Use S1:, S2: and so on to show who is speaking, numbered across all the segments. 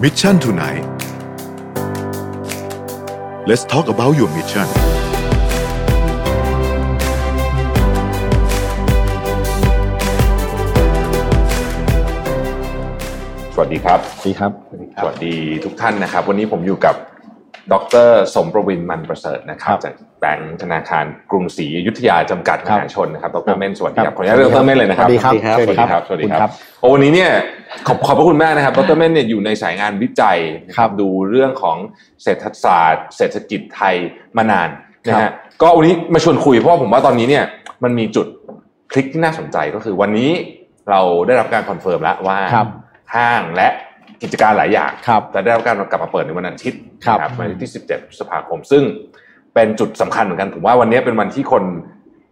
S1: Mission tonight Let's talk about your mission
S2: สวัสดีครับ
S3: ดีครับ
S2: สวัสดีทุกท่านนะครับ วันนี้ผมอยู่กับดรสมประวินมันประเสริฐนะครับ
S3: ครับ
S2: จากแบงก์ธนาคารกรุงศรีอยุธยาจำกัดม
S3: ครับ
S2: หาชนนะครับดรเม่นสวัสดีครับ
S3: ครับ
S2: ขออนุญาตเริ่ม
S3: สวัสดีครับ
S2: เริ่มเม่นเลยนะครับ
S3: สวัสดีครับ
S2: สวัสดีครับส
S3: สวั
S2: วัส
S3: สดี
S2: ดี
S3: ครับ
S2: ครับโอ้วันนี้เนี่ยขอบขอบพระคุณมากนะครับดรเม่นเนี่ยอยู่ในสายงานวิจัยนะครับ ดูเรื่องของเศรษฐศาสตร์ เศรษฐกิจไทยมานานนะ
S3: ครั
S2: ฮะ
S3: บ
S2: ก็วันนี้มาชวนคุยเพราะว่าผมว่าตอนนี้เนี่ยมันมีจุดคลิกที่น่าสนใจก็คือวันนี้เราได้รับการคอนเฟิร์มแล้วว่า
S3: ครับ
S2: ห้างและกิจการหลายอย่าง
S3: ครับ
S2: จะได้รับการกลับมาเปิดในวันอาทิตย์
S3: ครับ
S2: นะวันอาทิตย์ที่ 17พฤษภาคม ซึ่งเป็นจุดสำคัญเหมือนกัน ผมว่าวันนี้เป็นวันที่คน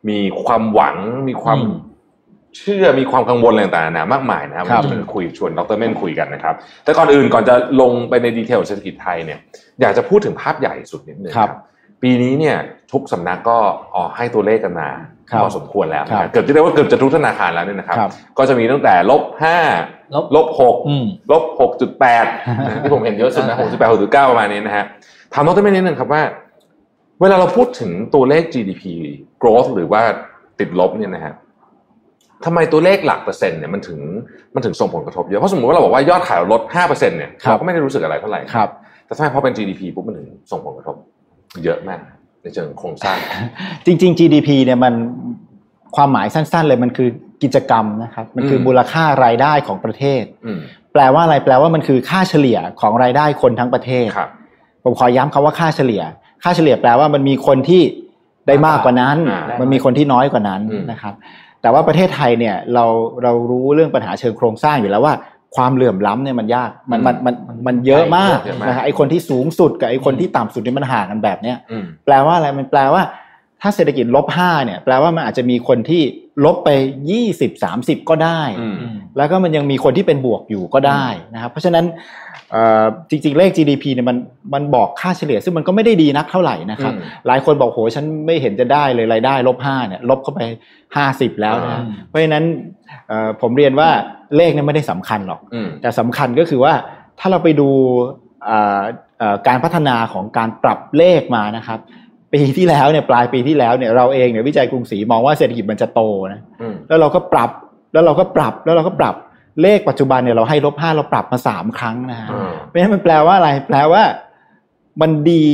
S2: มีความหวัง มีความ
S3: อืม
S2: เชื่อมีความกังวลอะไรต่างๆนานามากมายนะครับ
S3: ครับ
S2: วันนี้จะมาคุยชวนดรเม่นคุยกันนะครับ แต่ก่อนอื่นก่อนจะลงไปในดีเทลเศรษฐกิจไทยเนี่ยอยากจะพูดถึงภาพใหญ่สุดนิดนึงครับ ปีนี้เนี่ยทุกสำนักก็ออกให้ตัวเลขกันมา
S3: ครับ
S2: พอสมควรแล้วนะครับ เกือบจะเรียกว่าเกือบจะทุกธนาคารแล้วเนี่ยนะครับ
S3: ครับ
S2: ก็จะมีตั้งแต่ลบห้า
S3: ลบ
S2: ลบหก
S3: อืม
S2: ลบหกจุดแป ดที่ผมเห็นเยอะสุดนะหกจุดแปดหกจุดเก้าประมาณนี้นะฮะถามดรเม่นนิดนึงครับว่า เวลาเราพูดถึงตัวเลข GDP growth หรือว่าติดลบเนี่ยนะฮะทำไมตัวเลขหลักเปอร์เซ็นต์เนี่ยมันถึงมันถึงส่งผลกระทบเยอะ เพราะสมมติว่าเราบอกว่ายอดขายเราลดห้าเปอร์เซ็นต์เนี่ย
S3: ครับ
S2: เราก็ไม่ได้รู้สึกอะไรเท่าไหร่
S3: ครับ
S2: แต่ทำไมพอเป็น GDP ปุ๊บมันถึงส่งผลกระทบ เยอะมาก ในเชิงโครงสร้าง
S3: จริง ๆ GDP เนี่ยมันความหมายสั้น ๆ เลยมันคือกิจกรรมนะครับ มันคืออ
S2: ม
S3: มูลค่ารายได้ของประเทศ
S2: อืม
S3: แปลว่าอะไรแปลว่ามันคือค่าเฉลี่ยของรายได้คนทั้งประเทศ
S2: ครับ
S3: ผมขอย้ำคำว่าค่าเฉลี่ย ค่าเฉลี่ยแปลว่ามันมีคนที่ได้มากกว่านั้น
S2: อ่า
S3: มันมีคนที่น้อยกว่านั้น
S2: อืม
S3: นะครับ แต่ว่าประเทศไทยเนี่ยเราเรารู้เรื่องปัญหาเชิงโครงสร้างอยู่แล้วว่า ความเหลื่อมล้ำเนี่ยมันยาก มันมันมันมันเยอะมาก
S2: เยอะมาก
S3: นะครับไอคนที่สูงสุดกับไอคนที่ต่ำสุดเนี่ยมันห่างกันแบบเนี้ย
S2: อืม
S3: แปลว่าอะไร มันแปลว่า ถ้าเศรษฐกิจลบห้าเนี่ย แปลว่ามันอาจจะมีคนที่ลบไปยี่สิบสามสิบก็ได้
S2: อืม
S3: แล้วก็มันยังมีคนที่เป็นบวกอยู่ก็ได้นะครับ เพราะฉะนั้นเอ่อจริงๆ เลข GDP เนี่ยมันมันบอกค่าเฉลี่ย ซึ่งมันก็ไม่ได้ดีนักเท่าไหร่นะครับ
S2: อืม
S3: หลายคนบอกโหฉันไม่เห็นจะได้เลยรายได้ลบห้าเนี่ยลบเข้าไปห้าสิบแล้ว
S2: อ่า
S3: นะเพราะฉะนั้นเอ่อผมเรียนว่าเลขเนี่ยไม่ได้สำคัญหรอก
S2: อืม
S3: แต่สำคัญก็คือว่าถ้าเราไปดูเอ่อเอ่อการพัฒนาของการปรับเลขมานะครับ ปีที่แล้วเนี่ยปลายปีที่แล้วเนี่ยเราเองเนี่ยวิจัยกรุงศรีมองว่าเศรษฐกิจมันจะโตนะ
S2: อืม
S3: แล้วเราก็ปรับแล้วเราก็ปรับแล้วเราก็ปรับเลขปัจจุบันเนี่ยเราให้ลบห้าเราปรับมาสามครั้งนะฮะ
S2: อ่า
S3: เพราะฉะนั้นมันแปลว่าอะไรแปลว่ามันดี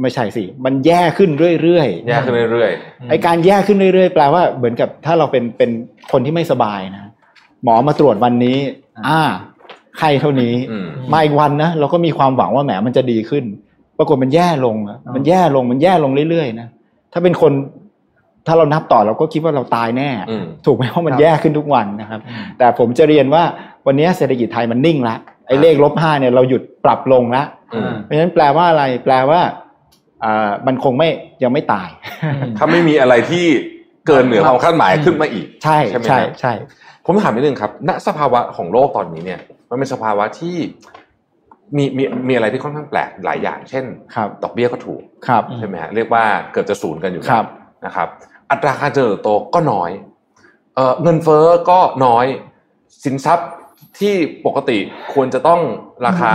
S3: ไม่ใช่สิมันแย่ขึ้นเรื่อยๆ
S2: แย่ขึ้นเรื่อย
S3: ไอการแย่ขึ้นเรื่อยๆ แปลว่าเหมือนกับถ้าเราเป็นเป็นคนที่ไม่สบายนะหมอมาตรวจวันนี้ อ่าไข้เท่านี้
S2: อืม
S3: มาอีกวันนะเราก็มีความหวังว่าแหมมันจะดีขึ้น ปรากฏมันแย่ลงอะมันแย่ลงมันแย่ลงเรื่อยๆนะถ้าเป็นคนถ้าเรานับต่อเราก็คิดว่าเราตายแน่
S2: ๆอืม
S3: ถูกไหม ว่ามัน
S4: ครับ
S3: แย่ขึ้นทุกวันนะครับ แต่ผมจะเรียนว่าวันนี้เศรษฐกิจไทยมันนิ่งละไอ้เลขลบห้าเนี่ยเราหยุดปรับลงละ
S2: อืม
S3: เพราะฉะนั้นแปลว่าอะไรแปลว่าอ่ามันคงไม่ยังไม่ตาย
S2: ถ้าไม่มีอะไรที่เกินเหนือความคาดหมายขึ้นมาอีก
S3: ใช่
S2: ใช่ไหม
S3: ใช่
S2: ครับ
S3: ใช่
S2: ผมถามนิดนึงครับ ณ สภาวะของโลกตอนนี้เนี่ย มันเป็นสภาวะที่มีมีมีอะไรที่ค่อนข้างแปลกหลายอย่าง เช่น
S3: ครับ
S2: ดอกเบี้ยก็ถูก
S3: ครับ
S2: ใช่ไหมฮะ เรียกว่าเกือบจะศูนย์กันอยู่แล้ว
S3: ครับ
S2: นะครับ อัตราการเจริญเติบโตก็น้อยเอ่อเงินเฟ้อก็น้อย สินทรัพย์ที่ปกติควรจะต้องราคา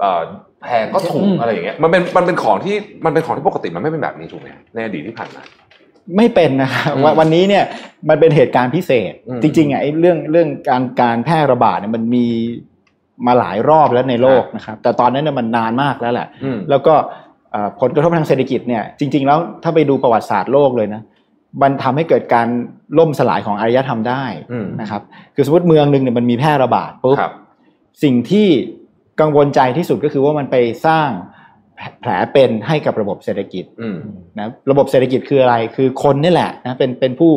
S2: เอ่อแพงก็ถูก
S4: อืม
S2: อะไรอย่างเงี้ย มันเป็นมันเป็นของที่มันเป็นของที่ปกติมันไม่เป็นแบบนี้ถูกไหมฮะในอดีตที่ผ่านมา
S3: ไม่เป็นนะครับ
S2: อืม
S3: ว่าวันนี้เนี่ยมันเป็นเหตุการณ์พิเศษ
S2: อืม
S3: จริงๆอ่ะไอ้เรื่องเรื่องการการแพร่ระบาดเนี่ยมันมีมาหลายรอบแล้วในโลก
S2: ครับ
S3: นะครับ แต่ตอนนั้นเนี่ยมันนานมากแล้วแหละ
S2: อืม
S3: แล้วก็เอ่อผลกระทบทางเศรษฐกิจเนี่ยจริง ๆ แล้วถ้าไปดูประวัติศาสตร์โลกเลยนะมันทำให้เกิดการล่มสลายของอารยธรรมได้
S2: อืม
S3: นะครับคือสมมติเมืองหนึ่งเนี่ยมันมีแพร่ระบาดปุ๊บ
S2: ครับ
S3: สิ่งที่กังวลใจที่สุดก็คือว่ามันไปสร้างแผลเป็นให้กับระบบเศรษฐกิจ
S2: อืม
S3: นะระบบเศรษฐกิจคืออะไรคือคนนี่แหละนะเป็นเป็นผู้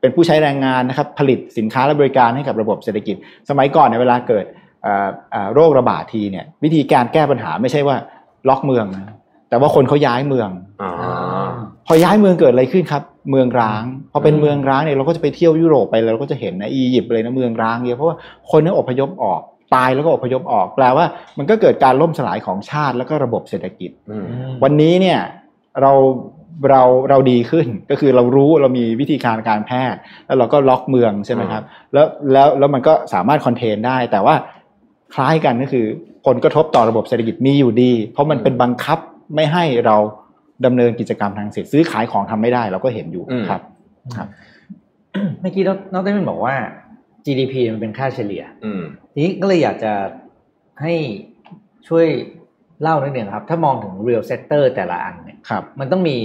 S3: เป็นผู้ใช้แรงงานนะครับผลิตสินค้าและบริการให้กับระบบเศรษฐกิจ สมัยก่อนเนี่ยเวลาเกิดเอ่อเอ่อโรคระบาดทีเนี่ยวิธีการแก้ปัญหาไม่ใช่ว่าล็อกเมืองนะแต่ว่าคนเขาย้ายเมือง
S2: อ๋อ
S3: พอย้ายเมืองเกิดอะไรขึ้นครับ เมืองร้าง พอเป็น
S2: อืม
S3: เมืองร้างเนี่ยเราก็จะไปเที่ยวยุโรปไปแล้วเราก็จะเห็นนะอียิปต์เลยนะเมืองร้างเยอะเพราะว่าคนเนี่ยอพยพออกตายแล้วก็อพยพออกแปลว่ามันก็เกิดการล่มสลายของชาติแล้วก็ระบบเศรษฐกิจ
S2: อืม
S3: วันนี้เนี่ยเราเราเราดีขึ้นก็คือเรารู้เรามีวิธีการการแพทย์ แล้วเราก็ล็อกเมืองใช่ไหมครับแล้วแล้วแล้วมันก็สามารถคอนเทนได้แต่ว่าคล้ายกันก็คือ ผลกระทบต่อระบบเศรษฐกิจมีอยู่ดี เพราะมันเป็นบังคับไม่ให้เราดำเนินกิจกรรมทางเศรษฐซื้อขายของทำไม่ได้เราก็เห็นอยู่
S2: อืม
S3: ครับ
S4: เมื่อกี้ดรดรมินบอกว่า GDP มันเป็นค่าเฉลี่ย
S2: อืม
S4: ทีนี้ก็เลยอยากจะให้ช่วยเล่านิดหนึ่งครับ ถ้ามองถึง real sector แต่ละอันเนี่ย
S3: ครับ
S4: มันต้องมี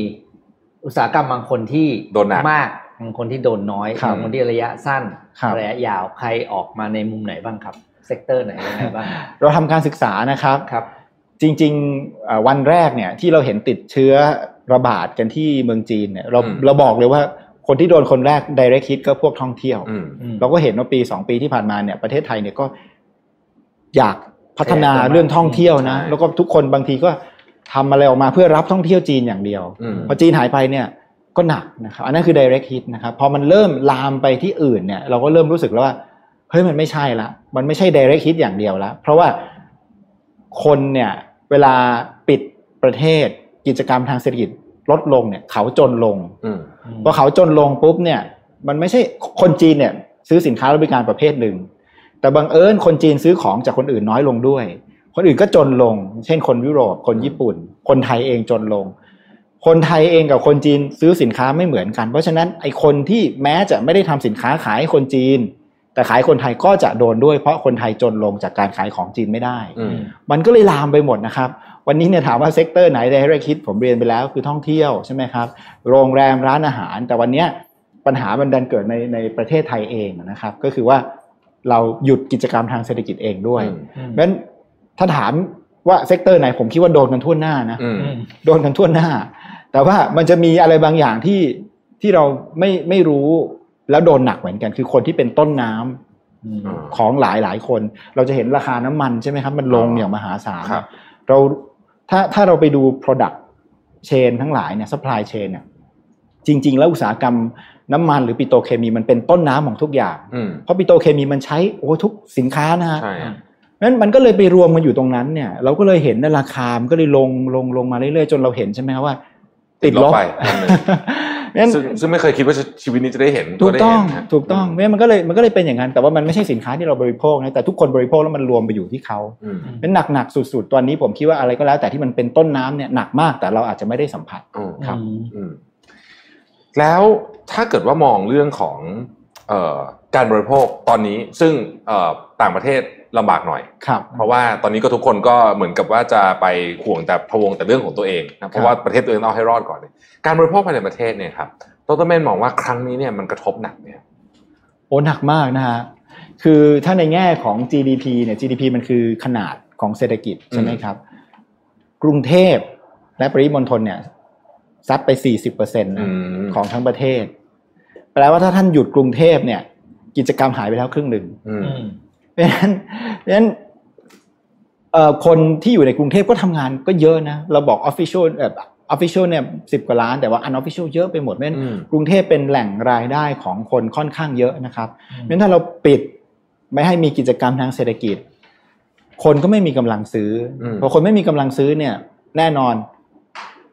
S4: อุตสาหกรรมบางคนที่
S2: โดนหนัก
S4: มากบางคนที่โดนน้อย
S3: ครับ
S4: บางคนที่ระยะสั้น
S3: ครับ
S4: ระยะยาวใครออกมาในมุมไหนบ้างครับ เซกเตอร์ไหนยังไงบ้าง
S3: เราทำการศึกษานะครับ
S4: ครับ
S3: จริงๆเอ่อวันแรกเนี่ยที่เราเห็นติดเชื้อระบาดกันที่เมืองจีนเนี่ยเรา
S2: อืม
S3: เราบอกเลยว่าคนที่โดนคนแรก direct hit ก็พวกท่องเที่ยว
S2: อืม
S4: อืม
S3: เราก็เห็นว่าปีสองปีที่ผ่านมาเนี่ยประเทศไทยเนี่ยก็อยากพัฒนา
S4: ขยายตัว
S3: เรื่องท่องเที่ยวนะ
S2: ใช่
S3: แล้วก็ทุกคนบางทีก็ทำอะไรออกมาเพื่อรับท่องเที่ยวจีนอย่างเดียว
S2: อืม
S3: พอจีนหายไปเนี่ยก็หนักนะครับอันนั้นคือ direct hit นะครับพอมันเริ่มลามไปที่อื่นเนี่ยเราก็เริ่มรู้สึกแล้วว่าเฮ้ยมันไม่ใช่ละมันไม่ใช่ direct hit อย่างเดียวละเพราะว่าคนเนี่ยเวลาปิดประเทศกิจกรรมทางเศรษฐกิจลดลงเนี่ยเขาจนลง
S2: อืม
S3: พอเขาจนลงปุ๊บเนี่ยมันไม่ใช่คนจีนเนี่ยซื้อสินค้าและบริการประเภทหนึ่ง แต่บังเอิญคนจีนซื้อของจากคนอื่นน้อยลงด้วย คนอื่นก็จนลง เช่นคนยุโรปคนญี่ปุ่น คนไทยเองจนลง คนไทยเองกับคนจีนซื้อสินค้าไม่เหมือนกัน เพราะฉะนั้นไอคนที่แม้จะไม่ได้ทำสินค้าขายให้คนจีน แต่ขายคนไทยก็จะโดนด้วย เพราะคนไทยจนลงจากการขายของจีนไม่ได้
S2: อืม
S3: มันก็เลยลามไปหมดนะครับ วันนี้เนี่ยถามว่าเซกเตอร์ไหนได้ให้เราคิดผมเรียนไปแล้วคือท่องเที่ยวใช่ไหมครับ โรงแรมร้านอาหาร แต่วันเนี้ยปัญหามันดันเกิดในในประเทศไทยเองนะครับ ก็คือว่าเราหยุดกิจกรรมทางเศรษฐกิจเองด้วยเพราะฉะนั้นถ้าถามว่าเซกเตอร์ไหนผมคิดว่าโดนกันทั่วหน้านะ
S2: อืม
S3: โดนกันทั่วหน้า แต่ว่ามันจะมีอะไรบางอย่างที่ที่เราไม่ไม่รู้แล้วโดนหนักเหมือนกัน คือคนที่เป็นต้นน้ำ ของหลายหลายๆคน เราจะเห็นราคาน้ำมันใช่ไหมครับ มันลง
S2: อ๋ออ
S3: อย่างมหาศาล
S2: ครับ
S3: เราถ้าถ้าเราไปดู product chain ทั้งหลายเนี่ย supply chain เนี่ยจริง ๆ แล้วอุตสาหกรรมน้ำมันหรือปิโตรเคมีมันเป็นต้นน้ำของทุกอย่าง
S2: อืม
S3: เพราะปิโตรเคมีมันใช้โอ้ทุกสินค้านะฮะ
S2: ใช่อะ
S3: นั้นมันก็เลยไปรวมกันอยู่ตรงนั้นเนี่ย เราก็เลยเห็นนะราคา มันก็เลยลงลงลงมาเรื่อยๆ จนเราเห็นใช่ไหมครับว่า ติดลบ
S2: ไปอันหนึ่ง
S3: งั้น
S2: ซึ่งซึ่งไม่เคยคิดว่าชีวิตนี้จะได้เห็น
S3: ถูก
S2: ได้
S3: ต้อ
S2: เห็
S3: ง
S2: นนะฮะ
S3: ถูกต้องเพราะมันก็เลยมันก็เลยเป็นอย่างนั้น แต่ว่ามันไม่ใช่สินค้าที่เราบริโภคนะแต่ทุกคนบริโภคแล้วมันรวมไปอยู่ที่เขา
S2: อืม
S3: เป็นหนักหนักๆสุดๆตอนนี้ผมคิดว่าอะไรก็แล้ว แต่ที่มันเป็นต้นน้ำเนี่ยหนักมากแต่เราอาจจะไม่ได้สัมผัส
S2: อืม
S3: ครับ
S2: อืมแล้วถ้าเกิดว่ามองเรื่องของเอ่อการบริโภคตอนนี้ซึ่งเอ่อต่างประเทศลำบากหน่อย
S3: ครับ
S2: เพราะว่าตอนนี้ก็ทุกคนก็เหมือนกับว่าจะไปห่วงแต่พะวงแต่เรื่องของตัวเองนะเพราะว่าประเทศตัวเองต้องเอาให้รอดก่อนเนี่ยการบริโภคภายในประเทศเนี่ยครับดรเมนมองว่าครั้งนี้เนี่ยมันกระทบหนักเนี่ย
S3: โอ้หนักมากนะฮะคือถ้าในแง่ของ GDP เนี่ย GDP มันคือขนาดของเศรษฐกิจใช่ไหมครับ กรุงเทพและปริมณฑลเนี่ยซัดไป 40%นะ
S2: ม
S3: ของทั้งประเทศ แปลว่าถ้าท่านหยุดกรุงเทพเนี่ย กิจกรรมหายไปแล้วครึ่งหนึ่ง
S2: อืม
S3: เพราะฉะนั้นเพราะฉะนั้นเอ่อคนที่อยู่ในกรุงเทพก็ทำงานก็เยอะนะ เราบอก official แบบ official เนี่ยสิบกว่าล้าน แต่ว่า unofficial เยอะไปหมดเพราะฉะนั้น
S2: อืม
S3: กรุงเทพเป็นแหล่งรายได้ของคนค่อนข้างเยอะนะครับ เพราะฉะนั้นถ้าเราปิดไม่ให้มีกิจกรรมทางเศรษฐกิจ คนก็ไม่มีกำลังซื้ออ
S2: ม
S3: พอคนไม่มีกำลังซื้อเนี่ย แน่นอน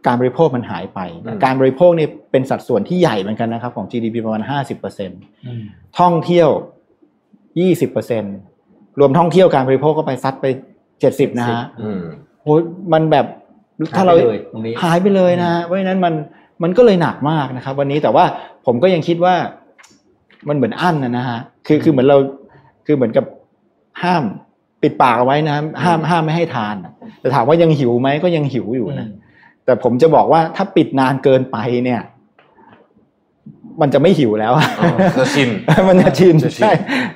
S3: การบริโภคมันหายไป
S2: อืม
S3: การบริโภคเนี่ยเป็นสัดส่วนที่ใหญ่เหมือนกันนะครับ ของ GDP ประมาณ 50%เปอร์เซ็นต์ ท่องเที่ยว 20%รวมท่องเที่ยวการบริโภคก็ไปซัดไป 70 นะฮะ
S2: อืม
S3: โอ้ยมันแบบถ้า
S4: ถ้า
S3: เรา
S4: เราเลยตรงนี้
S3: หายไปเลยนะฮะเพราะฉะนั้นมันมันก็เลยหนักมากนะครับ วันนี้แต่ว่าผมก็ยังคิดว่ามันเหมือนอั้นนะนะฮะคือคือเหมือนเราคือเหมือนกับห้ามปิดปากเอาไว้นะ ห้ามห้ามไม่ให้ทานอะแต่ถามว่ายังหิวไหมก็ยังหิวอยู่นะ แต่ผมจะบอกว่าถ้าปิดนานเกินไปเนี่ย มันจะไม่หิวแล้วอะ
S2: อ๋อจะชิน
S3: มันจะชิน
S2: จะชิน
S3: ใช่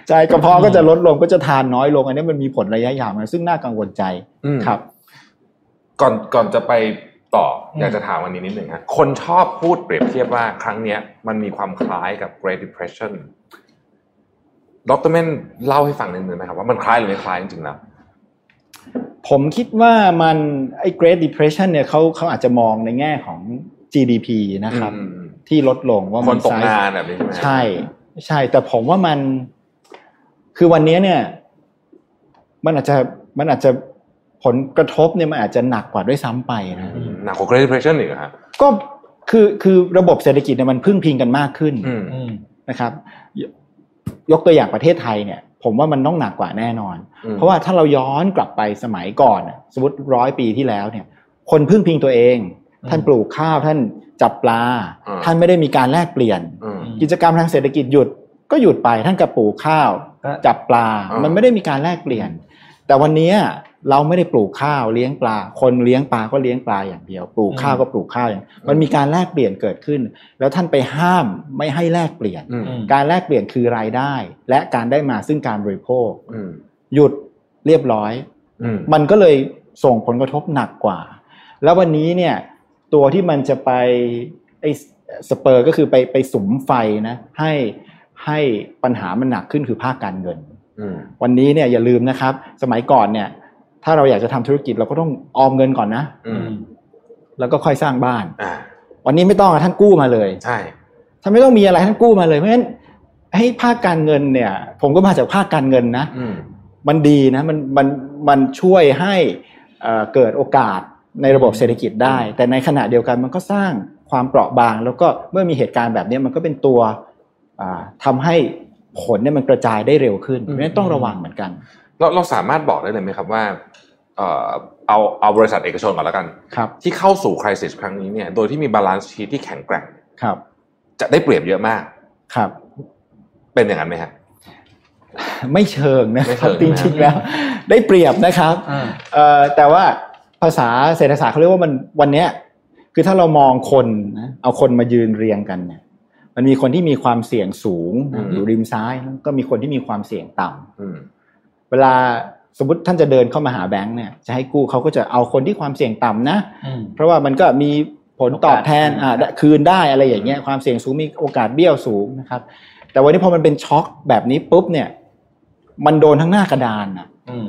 S3: ใช่กระเพาะก็จะลดลงก็จะทานน้อยลง อันนี้มันมีผลระยะยาวนะซึ่งน่ากังวลใจ
S2: อืม
S3: ครับ
S2: ก่อนก่อนจะไปต่ออ
S4: ม
S2: อยากจะถามวันนี้นิดหนึ่งครับคนชอบพูดเปรียบเทียบว่าครั้งเนี้ย มันมีความคล้ายกับ Great Depression ดรเมนเล่าให้ฟังนิดหนึ่งนะครับ ว่ามันคล้ายหรือไม่คล้ายจริงๆแล้ว
S3: ผมคิดว่ามันไอ้ Great Depression เนี่ยเขาเขาอาจจะมองในแง่ของ GDP นะครับ
S2: อืม
S3: ที่ลดลงว่า
S2: ค
S3: มัน น
S2: ตกงานแบบนี้ใช่ไหม
S3: ใช่ใช่ แต่ผมว่ามันคือวันนี้เนี่ย มันอาจจะมันอาจจะผลกระทบเนี่ยมันอาจจะหนักกว่าด้วยซ้ำไปนะ
S2: อืมหนักกว่า Great Depression อีกเหรอฮะ
S3: ก็คือคือระบบเศรษฐกิจเนี่ยมันพึ่งพิงกันมากขึ้น
S2: อืม
S3: นะครับ ยกตัวอย่างประเทศไทยเนี่ยผมว่ามันต้องหนักกว่าแน่นอน
S2: อืม
S3: เพราะว่าถ้าเราย้อนกลับไปสมัยก่อนน่ะสมมติร้อยปีที่แล้วเนี่ย คนพึ่งพิงตัวเอง
S4: อืม
S3: ท่านปลูกข้าวท่านจับปลา
S2: า
S3: ท่านไม่ได้มีการแลกเปลี่ยน
S2: อืม
S3: กิจกรรมทางเศรษฐกิจหยุดก็หยุดไปท่านก็ปลูกข้าว
S4: ก็
S3: จับปลา
S2: อ่ามั
S3: มันไม่ได้มีการแลกเปลี่ยน แต่วันนี้เราไม่ได้ปลูกข้าวเลี้ยงปลา คนเลี้ยงปลาก็เลี้ยงปลาอย่างเดียว ปลูกข้าวก็ปลูกข้าวอย่างมันมีการแลกเปลี่ยนเกิดขึ้น แล้วท่านไปห้ามไม่ให้แลกเปลี่ยน
S2: อืม
S4: อืม
S3: การแลกเปลี่ยนคือรายได้ และการได้มาซึ่งการบริโภค
S2: อืม
S3: หยุดเรียบร้อย
S2: อืม
S3: มันก็เลยส่งผลกระทบหนักกว่า แล้ววันนี้เนี่ยตัวที่มันจะไปไอ้สเปอร์ก็คือไปไปสุมไฟนะให้ให้ปัญหามันหนักขึ้นคือภาคการเงิน
S2: อืม
S3: วันนี้เนี่ยอย่าลืมนะครับ สมัยก่อนเนี่ยถ้าเราอยากจะทำธุรกิจเราก็ต้องออมเงินก่อนนะ
S2: อืม
S3: แล้วก็ค่อยสร้างบ้าน
S2: อ่า
S3: วันนี้ไม่ต้องอะท่านกู้มาเลย
S2: ใช่
S3: ท่านไม่ต้องมีอะไรท่านกู้มาเลยเพราะฉะนั้นให้ภาคการเงินเนี่ยผมก็มาจากภาคการเงินนะ
S2: อืม
S3: มันดีนะมันมันมันช่วยให้เอ่อเกิดโอกาสในระบบเศรษฐกิจได้ แต่ในขณะเดียวกันมันก็สร้างความเปราะบาง แล้วก็เมื่อมีเหตุการณ์แบบนี้มันก็เป็นตัวอ่าทำาให้ผลเนี่ยมันกระจายได้เร็วขึ้นเพ
S2: อืม
S3: ราะฉะนั้นต้องระวังเหมือนกัน
S2: เราเราสามารถบอกได้เลยไหมครับว่า เอ่อเอาเอาบริษัทเอกชนก่อนแล้วกัน
S3: ครับ
S2: ที่เข้าสู่คริส i s ครั้งนี้เนี่ย โดยที่มีบาลานซ์ชีที่แข็งแกร่ง
S3: ครับ
S2: จะได้เปรียบเยอะมาก
S3: ครับ
S2: เป็นอย่างนั้นไหมฮะ
S3: ไม่เชิงนะครับ
S2: ไม่
S3: จ
S2: เชิงนะ
S3: ริงๆแล้ว ได้เปรียบนะครับ
S4: อ่า
S3: เอ่อแต่ว่าภาษาเศรษฐศาสตร์เขาเรียกว่ามันวันเนี้ยคือถ้าเรามองคนนะเอาคนมายืนเรียงกันเนี่ยมันมีคนที่มีความเสี่ยงสูง
S2: อืม
S3: อยู่ริมซ้ายแล้วก็มีคนที่มีความเสี่ยงต่ำ
S2: อืม
S3: เวลาสมมติท่านจะเดินเข้ามาหาแบงค์เนี่ยจะให้กู้เขาก็จะเอาคนที่ความเสี่ยงต่ำนะ
S4: อืม
S3: เพราะว่ามันก็มีผลตอบแทน
S4: โอกาส
S3: อ่าได้คืนได้อะไรอย่างเงี้ยความเสี่ยงสูงมีโอกาสเบี้ยวสูงนะครับ แต่วันนี้พอมันเป็นช็อคแบบนี้ปุ๊บเนี่ยมันโดนทั้งหน้ากระดานอ่ะ
S4: อืม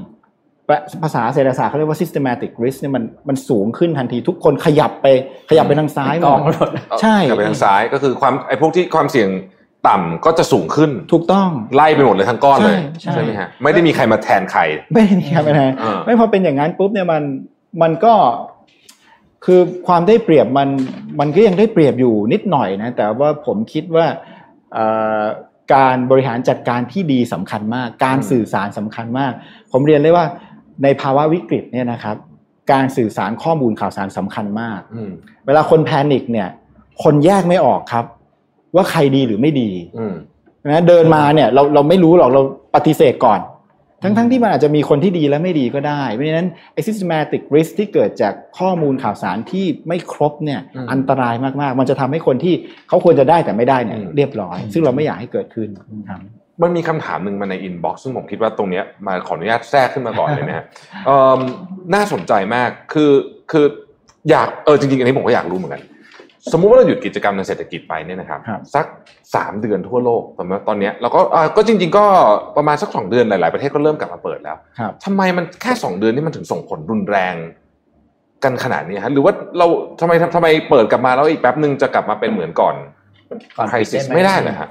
S3: ภาษาเศรษฐศาสตร์เขาเรียกว่า systematic risk เนี่ยมันมันสูงขึ้นทันทีทุกคนขยับไปขยับไปทางซ้าย
S4: ไปกอง
S3: หมด
S4: หมด
S3: ใช่
S2: กลับไปทางซ้ายก็คือความไอ้พวกที่ความเสี่ยงต่ำก็จะสูงขึ้น
S3: ถูกต้อง
S2: ไล่ไปหมดเลยทั้งก้อนเลย
S3: ใช่
S2: ไหมฮะไม่ได้มีใครมาแทนใคร
S3: ไม่ได้มีครับไม่ได้
S2: อ่า
S3: ไม่พอเป็นอย่างนั้นปุ๊บเนี่ยมันมันก็คือความได้เปรียบมันมันก็ยังได้เปรียบอยู่นิดหน่อยนะ แต่ว่าผมคิดว่าเอ่อการบริหารจัดการที่ดีสำคัญมาก การสื่อสารสำคัญมาก ผมเรียนเลยว่าในภาวะวิกฤตเนี่ยนะครับ การสื่อสารข้อมูลข่าวสารสำคัญมาก
S2: อืม
S3: เวลาคนแพนิคเนี่ย คนแยกไม่ออกครับ ว่าใครดีหรือไม่ดี
S2: อืม
S3: นะเดินมาเนี่ยเราเราไม่รู้หรอกเราปฏิเสธก่อน ทั้งทั้งที่มันอาจจะมีคนที่ดีและไม่ดีก็ได้เพราะฉะนั้น systematic risk ที่เกิดจากข้อมูลข่าวสารที่ไม่ครบเนี่ยอันตรายมากๆ มันจะทำให้คนที่เขาควรจะได้แต่ไม่ได้เนี่ยเรียบร้อย ซึ่งเราไม่อยากให้เกิดขึ้นครับ
S2: มันมีคำถามหนึ่งมาในอินบ็อกซ์ซึ่งผมคิดว่าตรงเนี้ยมาขออนุญาตแทรกขึ้นมาก่อนเลยนะฮ ะเอิ่มน่าสนใจมากคือคืออยากเออจริงๆอันนี้ผมก็อยากรู้เหมือนกันสมมุติว่าเราหยุดกิจกรรมทางเศรษฐกิจไปเนี่ยนะครับ
S3: ครับ
S2: สักสามเดือนทั่วโลกตอนนี้ตอนเนี้ยแล้วก็อ่าก็จริง ๆ ก็ประมาณสักสองเดือนหลายๆประเทศก็เริ่มกลับมาเปิดแล้ว
S3: ครับ
S2: ทำไมมันแค่สองเดือนนี่มันถึงส่งผลรุนแรงกันขนาดนี้ฮะหรือว่าเราทำไมทำไมเปิดกลับมาแล้วอีกแป๊บหนึ่งจะกลับมาเป็นเหมือนก่อน
S4: ก่อน
S2: คริส
S4: Crisis
S2: ไม่ได้เลยฮะ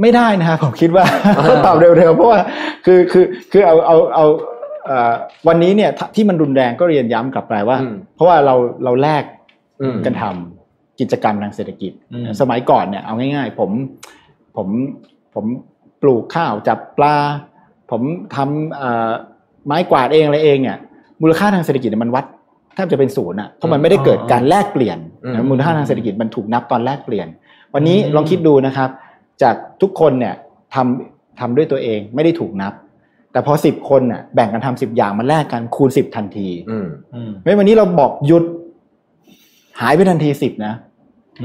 S3: ไม่ได้นะครับ ผมคิดว่า ต้องตอบเร็วๆเพราะว่าคือคือคือเอาเอาเอาเอ่อวันนี้เนี่ยถ้าที่มันรุนแรงก็เรียนย้ำกลับไปว่า
S2: อืม
S3: เพราะว่าเราเราแลก
S2: อืม
S3: กันทำกิจกรรมทางเศรษฐกิจ
S4: อืม
S3: สมัยก่อนเนี่ยเอาง่าย ๆ ผมผมผมปลูกข้าวจับปลา ผมทำเอ่อไม้กวาดเองอะไรเองเนี่ยมูลค่าทางเศรษฐกิจเนี่ยมันวัดแทบจะเป็นศูนย์อ่ะเพราะมันไม่ได้เกิดการแลกเปลี่ยน
S2: อืม
S3: นะมูลค่าทางเศรษฐกิจมันถูกนับตอนแลกเปลี่ยน วันนี้ลองคิดดูนะครับ จากทุกคนเนี่ยทำทำด้วยตัวเองไม่ได้ถูกนับ แต่พอสิบคนน่ะแบ่งกันทำสิบอย่างมาแลกกันคูณสิบทันที
S2: อืม
S4: อืม
S3: เฮ้ยวันนี้เราบอกหยุดหายไปทันทีสิบนะ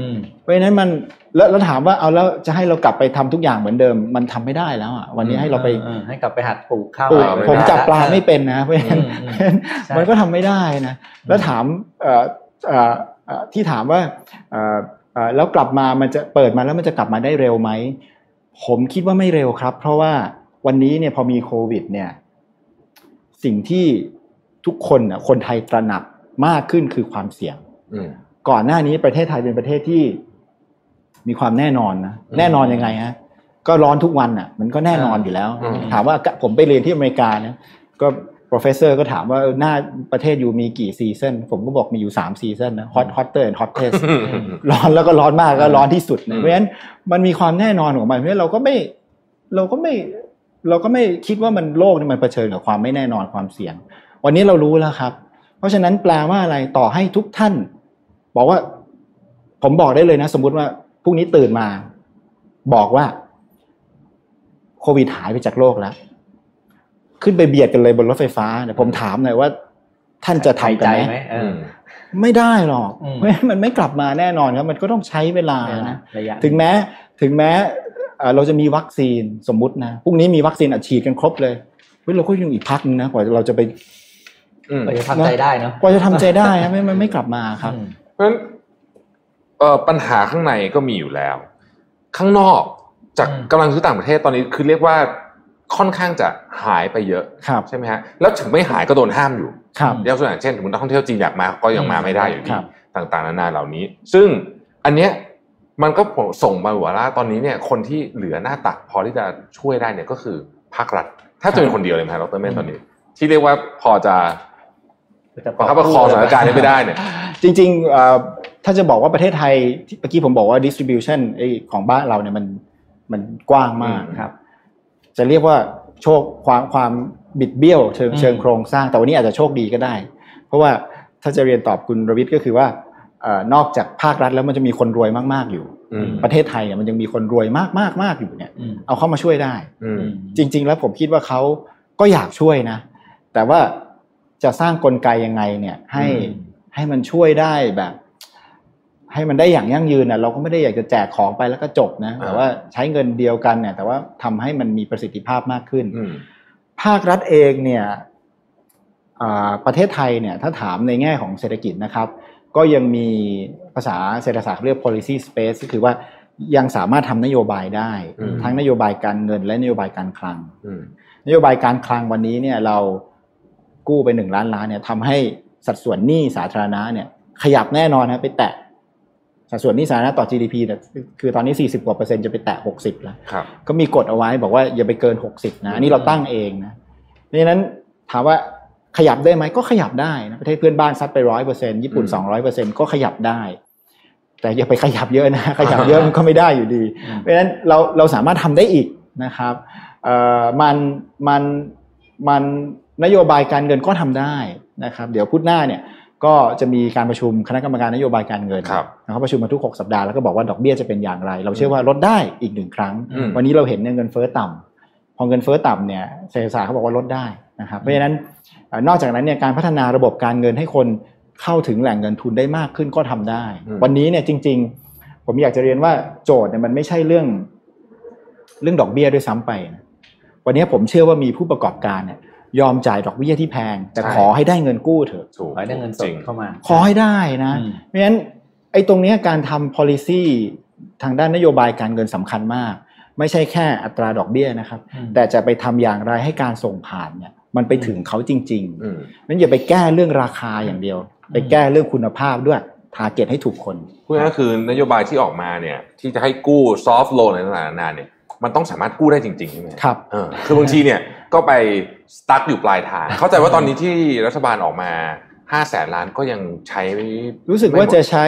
S4: อืม
S3: เพราะฉะนั้นมันแล้วแล้วถามว่าเอาแล้วจะให้เรากลับไปทำทุกอย่างเหมือนเดิม มันทำไม่ได้แล้วอ่ะวันนี้ให้เราไป
S4: ออให้กลับไปหัดปลูกข้าว
S3: ปลูก
S2: เออไม่ได้
S3: ผมจับปลาไม่เป็นนะเพราะฉะนั้น
S4: อืม ใช่
S3: มันก็ทำไม่ได้นะ แล้วถามเอ่อเอ่อเอ่อที่ถามว่าเอ่อเอ่อแล้วกลับมามันจะเปิดมาแล้วมันจะกลับมาได้เร็วไหม ผมคิดว่าไม่เร็วครับ เพราะว่าวันนี้เนี่ยพอมีโควิด เนี่ย สิ่งที่ทุกคนน่ะคนไทยตระหนักมากขึ้นคือความเสี่ยง
S2: อืม
S3: ก่อนหน้านี้ประเทศไทยเป็นประเทศที่มีความแน่นอนนะ
S2: อืม
S3: แน่นอนยังไงฮะก็ร้อนทุกวันอ่ะ มันก็แน่นอนอยู่แล้ว
S2: อืม
S3: ถามว่าผมไปเรียนที่อเมริกานะก็ professor ก็ถามว่าหน้าประเทศอยู่มีกี่ซีซันผมก็บอกมีอยู่3ซีซันนะ hot hotter and hottest ร้อนแล้วก็ร้อนมากก็ร้อนที่สุด
S2: อืม
S3: นะเพราะฉะนั้นมันมีความแน่นอนของมันเพราะฉะนั้นเราก็ไม่ เราก็ไม่เราก็ไม่คิดว่ามันโลกนี่มันเผชิญกับความไม่แน่นอนความเสี่ยง วันนี้เรารู้แล้วครับ เพราะฉะนั้นแปลว่าอะไรต่อให้ทุกท่าน บอกว่าผมบอกได้เลยนะ สมมุติว่าพรุ่งนี้ตื่นมา บอกว่าโควิดหายไปจากโลกแล้ว ขึ้นไปเบียดกันเลยบนรถไฟฟ้าเดี๋ยวผมถามหน่อยว่า ท่านจะ
S4: หาย
S3: ทำกั
S4: ใจ
S3: นไห
S4: ไห
S3: ม
S4: มเออ
S3: ไม่ได้หรอก
S4: อืม
S3: ไม่ มันไม่กลับมาแน่นอนครับ มันก็ต้องใช้เวลา
S4: เออนะ
S3: นะ
S4: ระยะ
S3: ถึงแม้ถึงแม้เอ่อเราจะมีวัคซีนสมมุตินะพรุ่งนี้มีวัคซีนอัดฉีดกันครบเลยเฮ้ยเราก็ยังอีกพักนึงนะกว่าเราจะไป
S2: อืม
S4: เราจะทำใจได้เนาะ
S3: กว่าจะทำใจได้นะไม่มันไม่กลับมาครับ
S4: อืม
S2: เพราะฉะนั้นเอ่อปัญหาข้างในก็มีอยู่แล้ว ข้างนอกจาก
S4: อืม
S2: กำลังซื้อต่างประเทศตอนนี้คือเรียกว่าค่อนข้างจะหายไปเยอะ
S3: ครับ
S2: ใช่ไหมฮะแล้วถึงไม่หายก็โดนห้ามอยู่
S3: ครับ
S2: ยกตัวอย่างเช่นสมมตินักท่องเที่ยวจีนอยากมาก็ยังมาไม่ได้อยู่ดี
S3: ครับ
S2: ต่างๆนานาเหล่านี้ ซึ่งอันเนี้ยมันก็ส่งมาหัวละตอนนี้เนี่ยคนที่เหลือหน้าตักพอที่จะช่วยได้เนี่ยก็คือภาครัฐแทบจะเป็นคนเดียวเลยไหมฮะดรเมนตอนนี้ ที่เรียกว่าพอจะประคับประคองสถานการณ์นี้ไปได้เนี่ย
S3: จริงๆเอ่อถ้าจะบอกว่าประเทศไทยที่เมื่อกี้ผมบอกว่า distribution ไอ้ของบ้านเราเนี่ยมันมันกว้างมาก
S2: อืม
S3: ครับ จะเรียกว่าโชคความความบิดเบี้ยวเชิง
S4: อืม
S3: เชิงโครงสร้าง แต่วันนี้อาจจะโชคดีก็ได้ เพราะว่าถ้าจะเรียนตอบคุณรวิทย์ก็คือว่าเอ่อนอกจากภาครัฐแล้วมันจะมีคนรวยมากๆอยู่
S2: อืม
S3: ประเทศไทยเนี่ยมันยังมีคนรวยมากมากมากอยู่เนี่ย
S4: อืม
S3: เอาเข้ามาช่วยได้
S2: อืม
S3: จริง ๆ แล้วผมคิดว่าเขาก็อยากช่วยนะ แต่ว่าจะสร้างกลไกยังไงเนี่ยให้
S2: อืม
S3: ให้มันช่วยได้แบบ ให้มันได้อย่างยั่งยืนนะเราก็ไม่ได้อยากจะแจกของไปแล้วก็จบนะแต่ว่าใช้เงินเดียวกันเนี่ย แต่ว่าทำให้มันมีประสิทธิภาพมากขึ้น
S2: อืม
S3: ภาครัฐเองเนี่ยอ่าประเทศไทยเนี่ยถ้าถามในแง่ของเศรษฐกิจนะครับ ก็ยังมีภาษาเศรษฐศาสตร์เรียก policy space ก็คือว่ายังสามารถทำนโยบายได้
S2: อืม
S3: ทั้งนโยบายการเงินและนโยบายการคลัง
S2: อืม
S3: นโยบายการคลังวันนี้เนี่ยเรากู้ไปหนึ่งล้านล้านเนี่ยทำให้สัดส่วนหนี้สาธารณะเนี่ยขยับแน่นอนนะไปแตะสัดส่วนหนี้สาธารณะต่อ GDP เนี่ยคือตอนนี้ 40กว่าเปอร์เซ็นต์จะไปแตะ 60แล้ว
S2: ครับ
S3: ก็มีกฎเอาไว้บอกว่าอย่าไปเกิน 60 นะ อันนี้เราตั้งเองนะ เพราะฉะนั้นถามว่าขยับได้ไหมก็ขยับได้นะประเทศเพื่อนบ้านซัดไปร้อยเปอร์เซ็นญี่ปุ่น
S2: อืม
S3: สองร้อยเปอร์เซ็นก็ขยับได้ แต่อย่าไปขยับเยอะ นะ ขยับเยอะมันก็ไม่ได้อยู่ดี เพราะฉะนั้นเราเราสามารถทำได้อีกนะครับเอ่อมันมันมันนโยบายการเงินก็ทำได้นะครับ เดี๋ยวพุธหน้าเนี่ยก็จะมีการประชุมคณะกรรมการนโยบายการเงิน
S2: ครับ
S3: นะครับประชุมมาทุก 6 สัปดาห์แล้วก็บอกว่าดอกเบี้ยจะเป็นอย่างไร เราเชื่อว่าลดได้อีกหนึ่งครั้ง
S2: อืม
S3: วันนี้เราเห็นเนี่ยเงินเฟ้อต่ำพอเงินเฟ้อต่ำเนี่ยเศรษฐศาสตร์เขาบอกว่าลดได้นะครับ เพราะฉะนั้นเอ่อนอกจากนั้นเนี่ยการพัฒนาระบบการเงินให้คนเข้าถึงแหล่งเงินทุนได้มากขึ้นก็ทำได้
S2: อืม
S3: วันนี้เนี่ยจริง ๆ ผมอยากจะเรียนว่าโจทย์เนี่ยมันไม่ใช่เรื่องเรื่องดอกเบี้ยด้วยซ้ำไปนะวันนี้ผมเชื่อว่ามีผู้ประกอบการเนี่ยยอมจ่ายดอกเบี้ยที่แพง แต่ขอให้ได้เงินกู้เถอะ
S2: ถูก
S4: ขอให้ได้เงินส
S2: จ
S4: ด
S2: ริง
S4: เข้ามา
S3: ขอให้ได้นะ
S4: อืม
S3: เพราะฉะนั้นไอ้ตรงเนี้ยการทำ policy ทางด้านนโยบายการเงินสำคัญมาก ไม่ใช่แค่อัตราดอกเบี้ยนะครับ
S4: อืม
S3: แต่จะไปทำอย่างไรให้การส่งผ่านเนี่ยมันไปถึงเขาจริง
S2: อืม
S3: ๆนั้นอย่าไปแก้เรื่องราคาอย่างเดียว ไปแก้เรื่องคุณภาพด้วย ทาร์เก็ตให้ถูกคน
S2: พูดง่ายๆคือนโยบายที่ออกมาเนี่ย ที่จะให้กู้ซอฟ t ์โลนอะไรต่างๆนานาเนี่ยมันต้องสามารถกู้ได้จริงๆใช่ไหม
S3: ครับ
S2: เออคือบางทีเนี่ยก็ไปสตั๊กอยู่ปลายทาง เข้าใจว่าตอนนี้ที่รัฐบาลออกมา5้าแสนล้านก็ยังใช้ไม่
S3: รู้สึกว่าจะใช้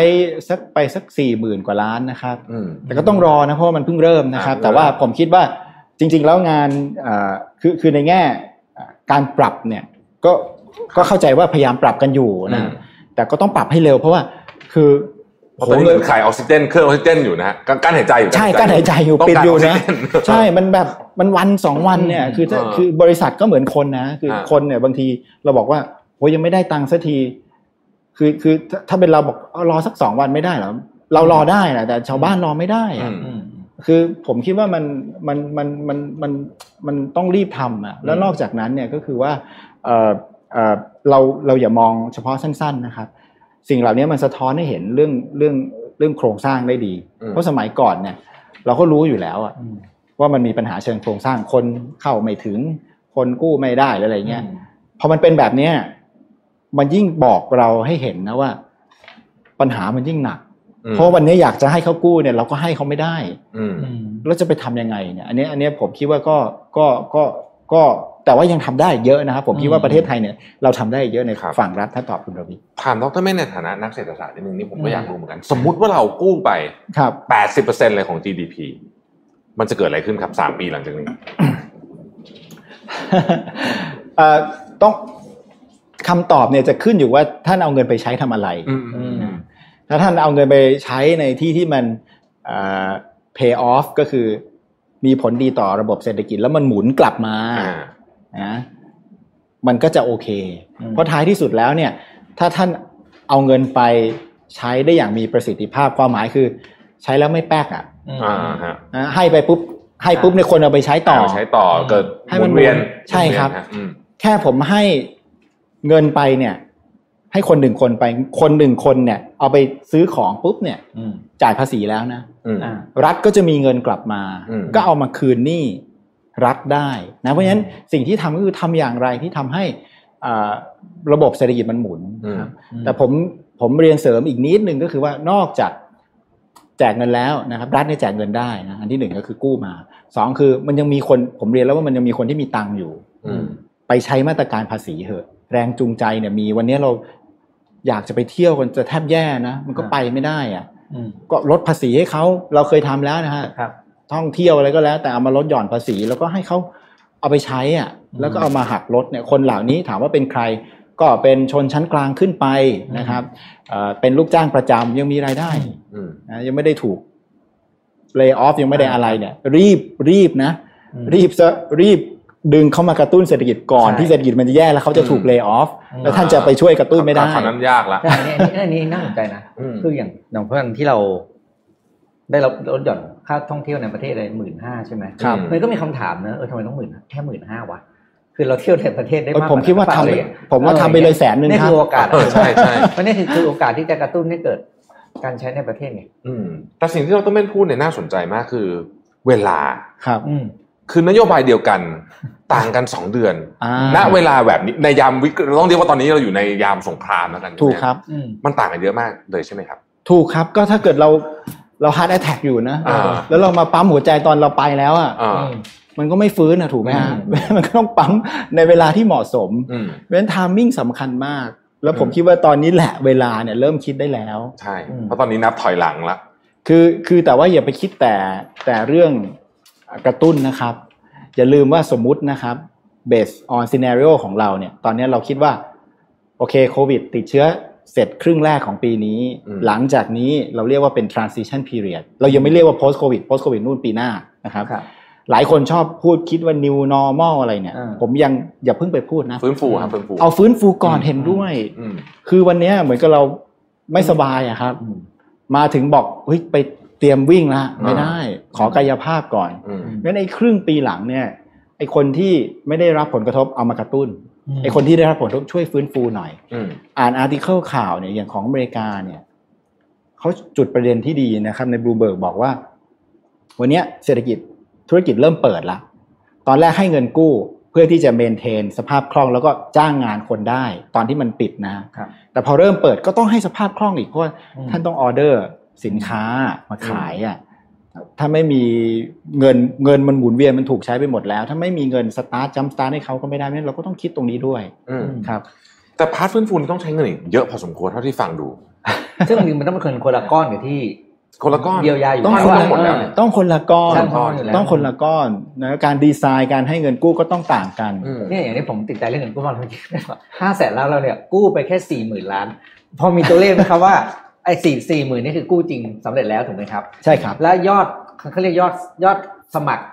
S3: สักไปสัก4ี่หมื่นกว่าล้านนะครับ
S2: อืม
S3: แต่ก็ต้องรอนะเพราะว่ามันเพิ่งเริ่มนะครับ
S2: อ่า
S3: แต่ว่าผมคิดว่าจริง ๆ แล้วงานเอ่อคือคือในแง่เอ่อการปรับเนี่ยก็ก็เข้าใจว่าพยายามปรับกันอยู่
S2: อื
S3: นะ
S2: ม
S3: แต่ก็ต้องปรับให้เร็วเพราะว่าคือ
S2: เพราะตอนนี้เหมือนขายออกซิเจนเครื่องออกซิเจนอยู่นะฮะกั้นกั้นหายใจอยู่
S3: ใช่กั้นหายใจอยู่
S2: ต้อง
S3: ปิด
S2: การ
S3: อยู่
S2: กซิ
S3: นะ
S2: เจ
S3: ใช่มันแบบมันวันสองวันเนี่ย
S4: อืม
S3: คือถ้า
S2: เออ
S3: คือบริษัทก็เหมือนคนนะคืออา คนเนี่ยบางทีเราบอกว่าโอ้ยยังไม่ได้ตังค์สักที คือคือถ้าถ้าเป็นเราบอกเอารอสักสองวันไม่ได้เหรอเรารอได้นะแต่ชาวบ้านรอไม่ได้อะ
S2: อืม
S4: อืม
S3: คือผมคิดว่ามันมันมันมันมันมันต้องรีบทำอะแล้ว
S2: อืม
S3: นอกจากนั้นเนี่ยก็คือว่าเออเออเราเราอย่ามองเฉพาะสั้น ๆนะครับ สิ่งเหล่านี้มันสะท้อนให้เห็นเรื่องเรื่องเรื่องโครงสร้างได้ดี
S2: อืม
S3: เพราะสมัยก่อนเนี่ย เราก็รู้อยู่แล้วอะ
S4: อืม
S3: ว่ามันมีปัญหาเชิงโครงสร้างคนเข้าไม่ถึงคนกู้ไม่ได้หรืออะไรเงี้ย พอมันเป็นแบบเนี้ยมันยิ่งบอกเราให้เห็นนะว่า ปัญหามันยิ่งหนัก
S2: อืม
S3: เพราะวันนี้อยากจะให้เขากู้เนี่ย เราก็ให้เขาไม่ได้
S2: อืม
S4: อืม
S3: แล้วจะไปทำยังไงเนี่ยอันเนี้ยอันเนี้ยผมคิดว่าก็ก็ก็ก็แต่ว่ายังทำได้เยอะนะครับ ผมคิดว่าประเทศไทยเนี่ยเราทำได้เยอะใน
S2: ครับ
S3: ฝั่งรัฐถ้าตอบคุณรวิ
S2: ถามดรเมนในฐานะนักเศรษฐศาสตร์นิดนึงนี่ผมก็อยากรู้เหมือนกัน สมมุติว่าเรากู้ไป
S3: ครับ
S2: 80%เลยของ GDP มันจะเกิดอะไรขึ้นครับสามปีหลังจากนี้
S3: เอ่อต้องคำตอบเนี่ยจะขึ้นอยู่ว่าท่านเอาเงินไปใช้ทำอะไร
S2: อืม
S3: ถ้าท่านเอาเงินไปใช้ในที่ที่มันเอ่อ pay off ก็คือมีผลดีต่อระบบเศรษฐกิจแล้วมันหมุนกลับมา
S2: อ่า
S3: นะมันก็จะโอเค
S4: อืม
S3: เพราะท้ายที่สุดแล้วเนี่ยถ้าท่านเอาเงินไปใช้ได้อย่างมีประสิทธิภาพความหมายคือ ใช้แล้วไม่แป๊กอ่ะ
S4: อืม
S2: อ่าฮะ
S3: นะให้ไปปุ๊บให้ปุ๊บในยคนเอาไปใช้ต่อ
S2: เาใช้ต่อเกิด
S3: ให้มัน
S2: หเวียน
S3: หมุนใช่ครับ
S2: หมุนเวียนฮะอืม
S3: แค่ผมให้เงินไปเนี่ย ให้คนหนึ่งคนไปคนหนึ่งคนเนี่ย เอาไปซื้อของปุ๊บเนี่ย
S4: อืม
S3: จ่ายภาษีแล้วนะ
S2: อืม
S4: อ่า
S3: รัฐก็จะมีเงินกลับมา
S2: อืม
S3: ก็เอามาคืนหนี้รัฐได้นะเพราะฉะนั้นสิ่งที่ทำก็คือทำอย่างไรที่ทำให้อ่าระบบเศรษฐกิจมันหมุน
S2: อืม
S3: ครับแต่ผมผมเรียนเสริมอีกนิดนึงก็คือว่านอกจากแจกเงินแล้วนะครับรัฐเนี่ยแจกเงินได้นะอันที่หนึ่งก็คือกู้มาสองคือมันยังมีคนผมเรียนแล้วว่ามันยังมีคนที่มีตังค์อยู่
S2: อืม
S3: ไปใช้มาตรการภาษีเหอะ แรงจูงใจเนี่ยมีวันนี้เราอยากจะไปเที่ยวกันจะแทบแย่นะ มันก็
S4: ครับ
S3: ไปไม่ได้อะ
S4: อืม
S3: ก็ลดภาษีให้เขาเราเคยทำแล้วนะฮะ
S4: ครับ
S3: ท่องเที่ยวอะไรก็แล้ว แต่เอามาลดหย่อนภาษีแล้วก็ให้เขาเอาไปใช้อ่ะ
S4: อืม
S3: แล้วก็เอามาหักลดเนี่ยคนเหล่านี้ถามว่าเป็นใครก็เป็นชนชั้นกลางขึ้นไปนะครับเอ่อเป็นลูกจ้างประจำยังมีรายได้
S2: อืม
S3: นะยังไม่ได้ถูกเล y o ออฟยังไม่ได้อะไรเนี่ย รีบรีบนะ
S4: อืม
S3: รีบซะรีบดึงเข้ามากระตุ้นเศรษฐกิจก่อน
S4: ใช่
S3: ที่เศรษฐกิจมันจะแย่แล้วเขาจะถูก
S2: อืม
S3: เล y o ออฟ
S4: อืม
S3: แล้วท่านจะไปช่วยกระตุ้นไม่ได้
S2: คำนั้นยากละ
S4: แต่อันนี้อันนี้อันนี้น่าสนใจนะ
S2: อืม
S4: คืออย่างอย่างเพื่อนที่เรา ได้รับลดหย่อนค่าท่องเที่ยวในประเทศอะไรหมื่นห้าใช่ไหม
S3: ครับ
S4: มันก็มีคำถามนะเออทำไมต้องหมื่นแค่หมื่นห้าวะคือเราเที่ยวในประเทศได้
S3: เอ้ย
S4: มาก
S3: ผมคิดว่าทำ
S4: เลยอะ
S3: ผมว่าทำไปเลยแสนหนึ่ง
S4: นี่
S3: ครั
S4: คื
S3: บ
S4: อโอกาส
S2: เออใช่ใช่
S4: เพราะนี่คือคือโอกาสที่จะกระตุ้นให้เกิดการใช้ในประเทศไง
S2: อืมแต่สิ่งที่เราต้องเม่นพูดเนี่ยน่าสนใจมากคือ เวลา
S3: ครับ
S4: อืม
S2: คือนโยบายเดียวกันต่างกันสองเดือน
S3: อ่า
S2: ณเวลาแบบนี้ในยามวิกฤตเราต้องเรียกว่าตอนนี้เราอยู่ในยามสงครามแล้วกัน
S3: ถูกครับ
S4: อืม
S2: มันต่างกันเยอะมากเลยใช่ไหมครับ
S3: ถูกครับก็ถ้าเกิดเราเราฮาร์ดแอทแทกอยู่นะ
S2: อ่า
S3: แล้วเรามาปั๊มหัวใจตอนเราไปแล้วอ่ะ
S2: อ่า
S3: มันก็ไม่ฟื้นนะถูกไหมฮะ
S4: อื
S3: มันก็ต้องปั๊มในเวลาที่เหมาะสม
S2: อืม
S3: เพราะฉะนั้นทามมิ่งสำคัญมาก แล้วผม
S2: อืม
S3: คิดว่าตอนนี้แหละเวลาเนี่ยเริ่มคิดได้แล้ว
S2: ใช่
S4: อืม
S2: เพราะตอนนี้นับถอยหลังละ
S3: คือคือแต่ว่าอย่าไปคิดแต่แต่เรื่องกระตุ้นนะครับ อย่าลืมว่าสมมุตินะครับ based on scenario ของเราเนี่ย ตอนนี้เราคิดว่า โอเคโควิดติดเชื้อเสร็จครึ่งแรกของปีนี้ หลังจากนี้เราเรียกว่าเป็น transition period เรายังไม่เรียกว่า post covid post covid นู่นปีหน้านะครับ
S4: ครับ
S3: หลายคนชอบพูดคิดว่า new normal อะไรเนี่ย
S4: อ่า
S3: ผมยังอย่าเพิ่งไปพูดนะ
S2: ฟื้นฟูครับฟื้นฟู
S3: เอาฟื้นฟูก่อนเห็นด้วย
S2: อืม
S3: คือวันเนี้ยเหมือนกับเราไม่สบายอะครับ
S4: อืม
S3: มาถึงบอกเฮ้ยไปเตรียมวิ่งละไม่ได้ ขอกายภาพก่อน
S2: อืม
S3: งั้นไอ้ครึ่งปีหลังเนี่ยไอ้คนที่ไม่ได้รับผลกระทบเอามากระตุ้น
S4: อืม
S3: ไอ้คนที่ได้รับผลกระทบช่วยฟื้นฟูหน่อย
S2: อืม
S3: อ่านอาร์ติเคิลข่าวเนี่ยอย่างของอเมริกาเนี่ยเขาจุดประเด็นที่ดีนะครับ ในบลูเบิร์กบอกว่า วันเนี้ยเศรษฐกิจธุรกิจเริ่มเปิดละตอนแรกให้เงินกู้เพื่อที่จะเมนเทนสภาพคล่องแล้วก็จ้างงานคนได้ ตอนที่มันปิดนะ
S4: ครับ
S3: แต่พอเริ่มเปิดก็ต้องให้สภาพคล่องอีกเพราะว่า
S4: อืม
S3: ท่านต้องออเดอร์สินค้ามาขายอ่ะถ้าไม่มีเงินเงินมันหมุนเวียนมันถูกใช้ไปหมดแล้ว ถ้าไม่มีเงินสตาร์ทจัมสตาร์ทให้เขาก็ไม่ได้เพราะฉะนั้นเราก็ต้องคิดตรงนี้ด้วย
S2: อืม
S3: ครับ
S2: แต่พาร์ทฟื้นฟูนี่ต้องใช้เงินอีกเยอะพอสมควรเท่าที่ฟังดู
S4: ซึ่งจริงๆมันต้องเป็นคนคนละก้อนกับที่
S2: คนละก้อน
S4: เยียวยาอยู่
S2: ต้อง
S4: แล้ว
S2: คนละ
S4: ว่า
S2: หมดแล้วเนี่ย
S4: เออ
S3: ต้องคนละก้อน
S4: สร้างความอยู่แล้ว
S3: ต้องคนละก้อนนะการดีไซน์การให้เงินกู้ก็ต้องต่างกัน
S2: อืม
S4: เนี่ยอย่างนี้ผมติดใจเรื่องเงินกู้มาเมื่อกี้ห้าแสนล้านเราเนี่ยกู้ไปแค่สี่หมื่นล้าน พอมีตัวเลขนะครับว่า ไอ้สี่สี่หมื่นนี่คือกู้จริงสำเร็จแล้วถูกไหมครับ
S3: ใช่ครับ
S4: และยอดเขาเรียกยอดยอดสมัคร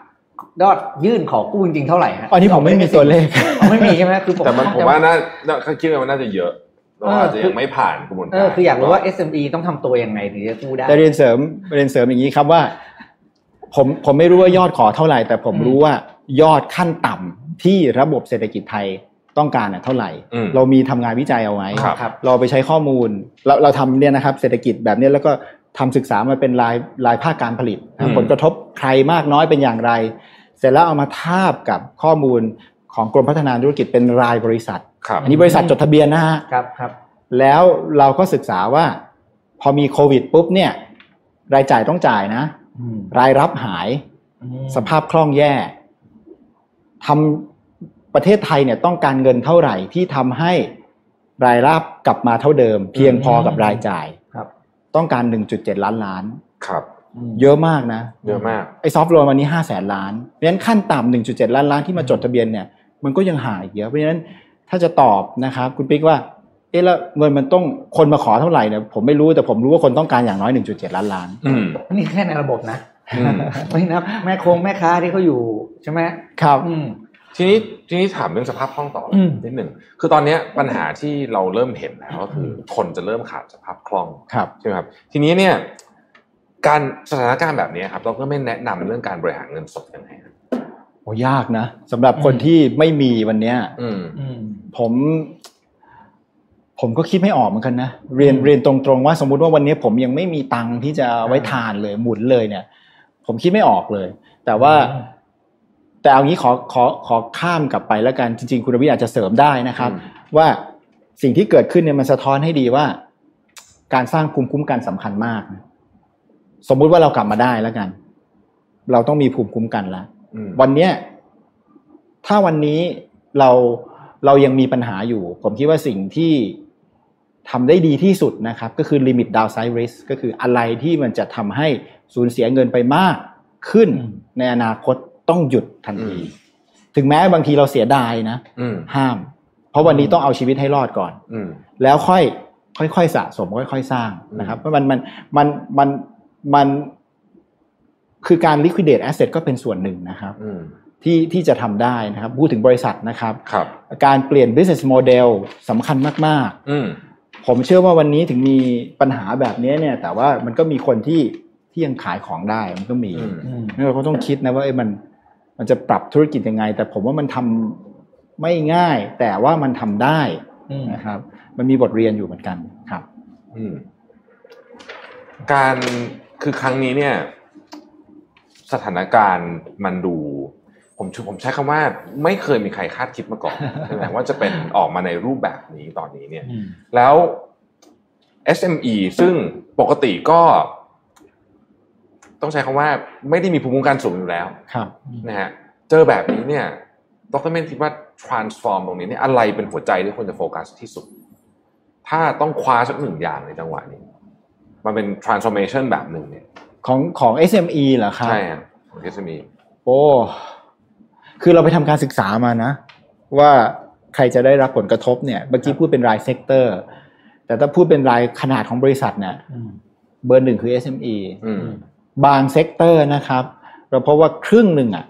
S4: ยอดยื่นขอกู้จริงๆเท่าไหร่ฮะ
S3: อันนี้ผมไม่มีตัวเลข
S4: อ๋อไม่มีใช่ไหมคือผม
S2: แต่มันผมว่าน่าน่าคิดว่ามันน่าจะเยอะเรา
S4: เออ
S2: อาจจะ
S4: คื
S2: ยั
S4: อ
S2: งไม่ผ่านกระบวนการ
S4: เออคืออยากรู้ว่า SME ต้องทำตัวยังไงถึงจะกู้ได้
S3: แต่เรียนเสริมเรียนเสริมอย่างนี้ครับว่า ผมผมไม่รู้ว่ายอดขอเท่าไหร่ แต่ผม
S4: อืม
S3: รู้ว่ายอดขั้นต่ำที่ระบบเศรษฐกิจไทยต้องการน่ะเท่าไหร่
S2: อืม
S3: เรามีทำงานวิจัยเอาไว้
S2: ครับ
S4: ครับ
S3: เราไปใช้ข้อมูล เราเราทำเนี่ยนะครับ เศรษฐกิจแบบเนี้ยแล้วก็ทำศึกษามาเป็นรายรายภาคการผลิตนะ
S2: อืม
S3: ผลกระทบใครมากน้อยเป็นอย่างไร เสร็จแล้วเอามาทาบกับข้อมูลของกรมพัฒนาธุรกิจเป็นรายบริษัท
S2: ครับ
S3: อันนี้บริษัทจดทะเบียนนะฮะ
S4: ครับครับ
S3: แล้วเราก็ศึกษาว่า พอมีโควิดปุ๊บเนี่ย รายจ่ายต้องจ่ายนะ
S4: อืม
S3: รายรับหาย
S4: อืม
S3: สภาพคล่องแย่ทำประเทศไทยเนี่ยต้องการเงินเท่าไหร่ที่ทำให้รายรับกลับมาเท่าเดิม เพียงพอกับรายจ่าย
S4: ครับ
S3: ต้องการ 1.7 ล้านล้าน
S2: ครับ
S3: เยอะมากนะ
S2: เยอะมาก
S3: ไอ้ซอฟต์โลนวันนี้ห้าแสนล้านเพราะฉะนั้นขั้นต่ำหนึ่งจุดเจ็ดล้านล้านที่มาจดทะเบียนเนี่ยมันก็ยังหายเยอะเพราะฉะนั้นถ้าจะตอบนะครับคุณปิ๊กว่าเอ๊ะแล้วเงินมันต้องคนมาขอเท่าไหร่เนี่ยผมไม่รู้แต่ผมรู้ว่าคนต้องการอย่างน้อย 1.7 ล้านล้าน
S2: อืม
S4: นี่แค่ในระบบนะ
S2: อืม
S4: ไม่นับแม่โครงแม่ค้าที่เขาอยู่ใช่ไหม
S3: ครับ
S4: อืม
S2: ทีนี้ทีนี้ถามเรื่องสภาพคล่องต่ออ
S4: ม
S2: นิดหนึ่งคือตอนเนี้ยปัญหาที่เราเริ่มเห็นแล้วก็คือคนจะเริ่มขาดสภาพคล่อง
S3: ครับ
S2: ใช่ไหมครับทีนี้เนี่ยการสถานการณ์แบบนี้ครับ เราก็ไม่แนะนำเรื่องการบริหารเงินสดยังไงนะ
S3: โอ้ยากนะสำหรับคนที่ไม่มีวันเนี้ย
S2: อืม
S4: อืม
S3: ผม ผมก็คิดไม่ออกเหมือนกันนะเรียนเรียนตรงๆว่าสมมุติว่าวันนี้ผมยังไม่มีตังค์ที่จะไว้ทานเลยหมุนเลยเนี่ย ผมคิดไม่ออกเลย แต่ว่า
S4: อืม
S3: แต่เอางี้ขอขอขอข้ามกลับไปแล้วกันจริง ๆ คุณวิทย์อาจจะเสริมได้นะครับ ว่าสิ่งที่เกิดขึ้นเนี่ยมันสะท้อนให้ดีว่า การสร้างภูมิคุ้มกันสำคัญมากนะสมมุติว่าเรากลับมาได้แล้วกัน เราต้องมีภูมิคุ้มกันแล้ว
S2: อืม
S3: วันเนี้ยถ้าวันนี้เราเรายังมีปัญหาอยู่ ผมคิดว่าสิ่งที่ทำได้ดีที่สุดนะครับ ก็คือ limit downside risk ก็คืออะไรที่มันจะทำให้สูญเสียเงินไปมากขึ้น
S4: อืม
S3: ในอนาคตต้องหยุดทันที ถึงแม้บางทีเราเสียดายนะ
S2: อืม
S3: ห้าม เพราะวันนี้ต้องเอาชีวิตให้รอดก่อน
S2: อืม
S3: แล้วค่อยค่อยๆสะสมค่อยๆสร้างนะครับเพราะมันมันมันมันมันคือการ liquidate asset ก็เป็นส่วนหนึ่งนะครับ
S2: อืม
S3: ที่ที่จะทำได้นะครับ พูดถึงบริษัทนะครับ
S2: ครับ
S3: การเปลี่ยน business model สำคัญมาก
S2: อืม
S3: ๆ ผมเชื่อว่าวันนี้ถึงมีปัญหาแบบนี้เนี่ย แต่ว่ามันก็มีคนที่ที่ยังขายของได้มันก็มี
S2: อืม
S4: อืม
S3: นั่นเราก็ต้องคิดนะว่าเอ้ยมันมันจะปรับธุรกิจยังไง แต่ผมว่ามันทำไม่ง่าย แต่ว่ามันทำได้
S4: อืม
S3: นะครับ มันมีบทเรียนอยู่เหมือนกันครับ
S2: อืมการคือครั้งนี้เนี่ย สถานการณ์มันดู ผมผมใช้คำว่า ไม่เคยมีใครคาดคิดมาก่อนใช่ไหมว่าจะเป็นออกมาในรูปแบบนี้ตอนนี้เนี่ย แล้ว SME ซึ่งปกติก็ ต้องใช้คำว่าไม่ได้มีภูมิคุ้มกันสูงอยู่แล้ว
S3: ครับ
S2: นะฮะเจอแบบนี้เนี่ยดรเมนคิดว่า transform ตรงนี้เนี่ยอะไรเป็นหัวใจที่ควรจะโฟกัสที่สุด ถ้าต้องคว้าสักหนึ่งอย่างในจังหวะนี้ มันเป็น transformation แบบหนึ่งเนี่ย
S3: ของของ SME เหรอครับ
S2: ใช่ฮะของ SME
S3: โอ้ คือเราไปทำการศึกษามานะ ว่าใครจะได้รับผลกระทบเนี่ย เมื่อกี้พูดเป็นรายเซกเตอร์ แต่ถ้าพูดเป็นรายขนาดของบริษัทเนี่ยเบอร์หนึ่งคือ SME
S2: อืม
S3: บางเซกเตอร์นะครับ เราพบว่าครึ่งหนึ่งอ่ะ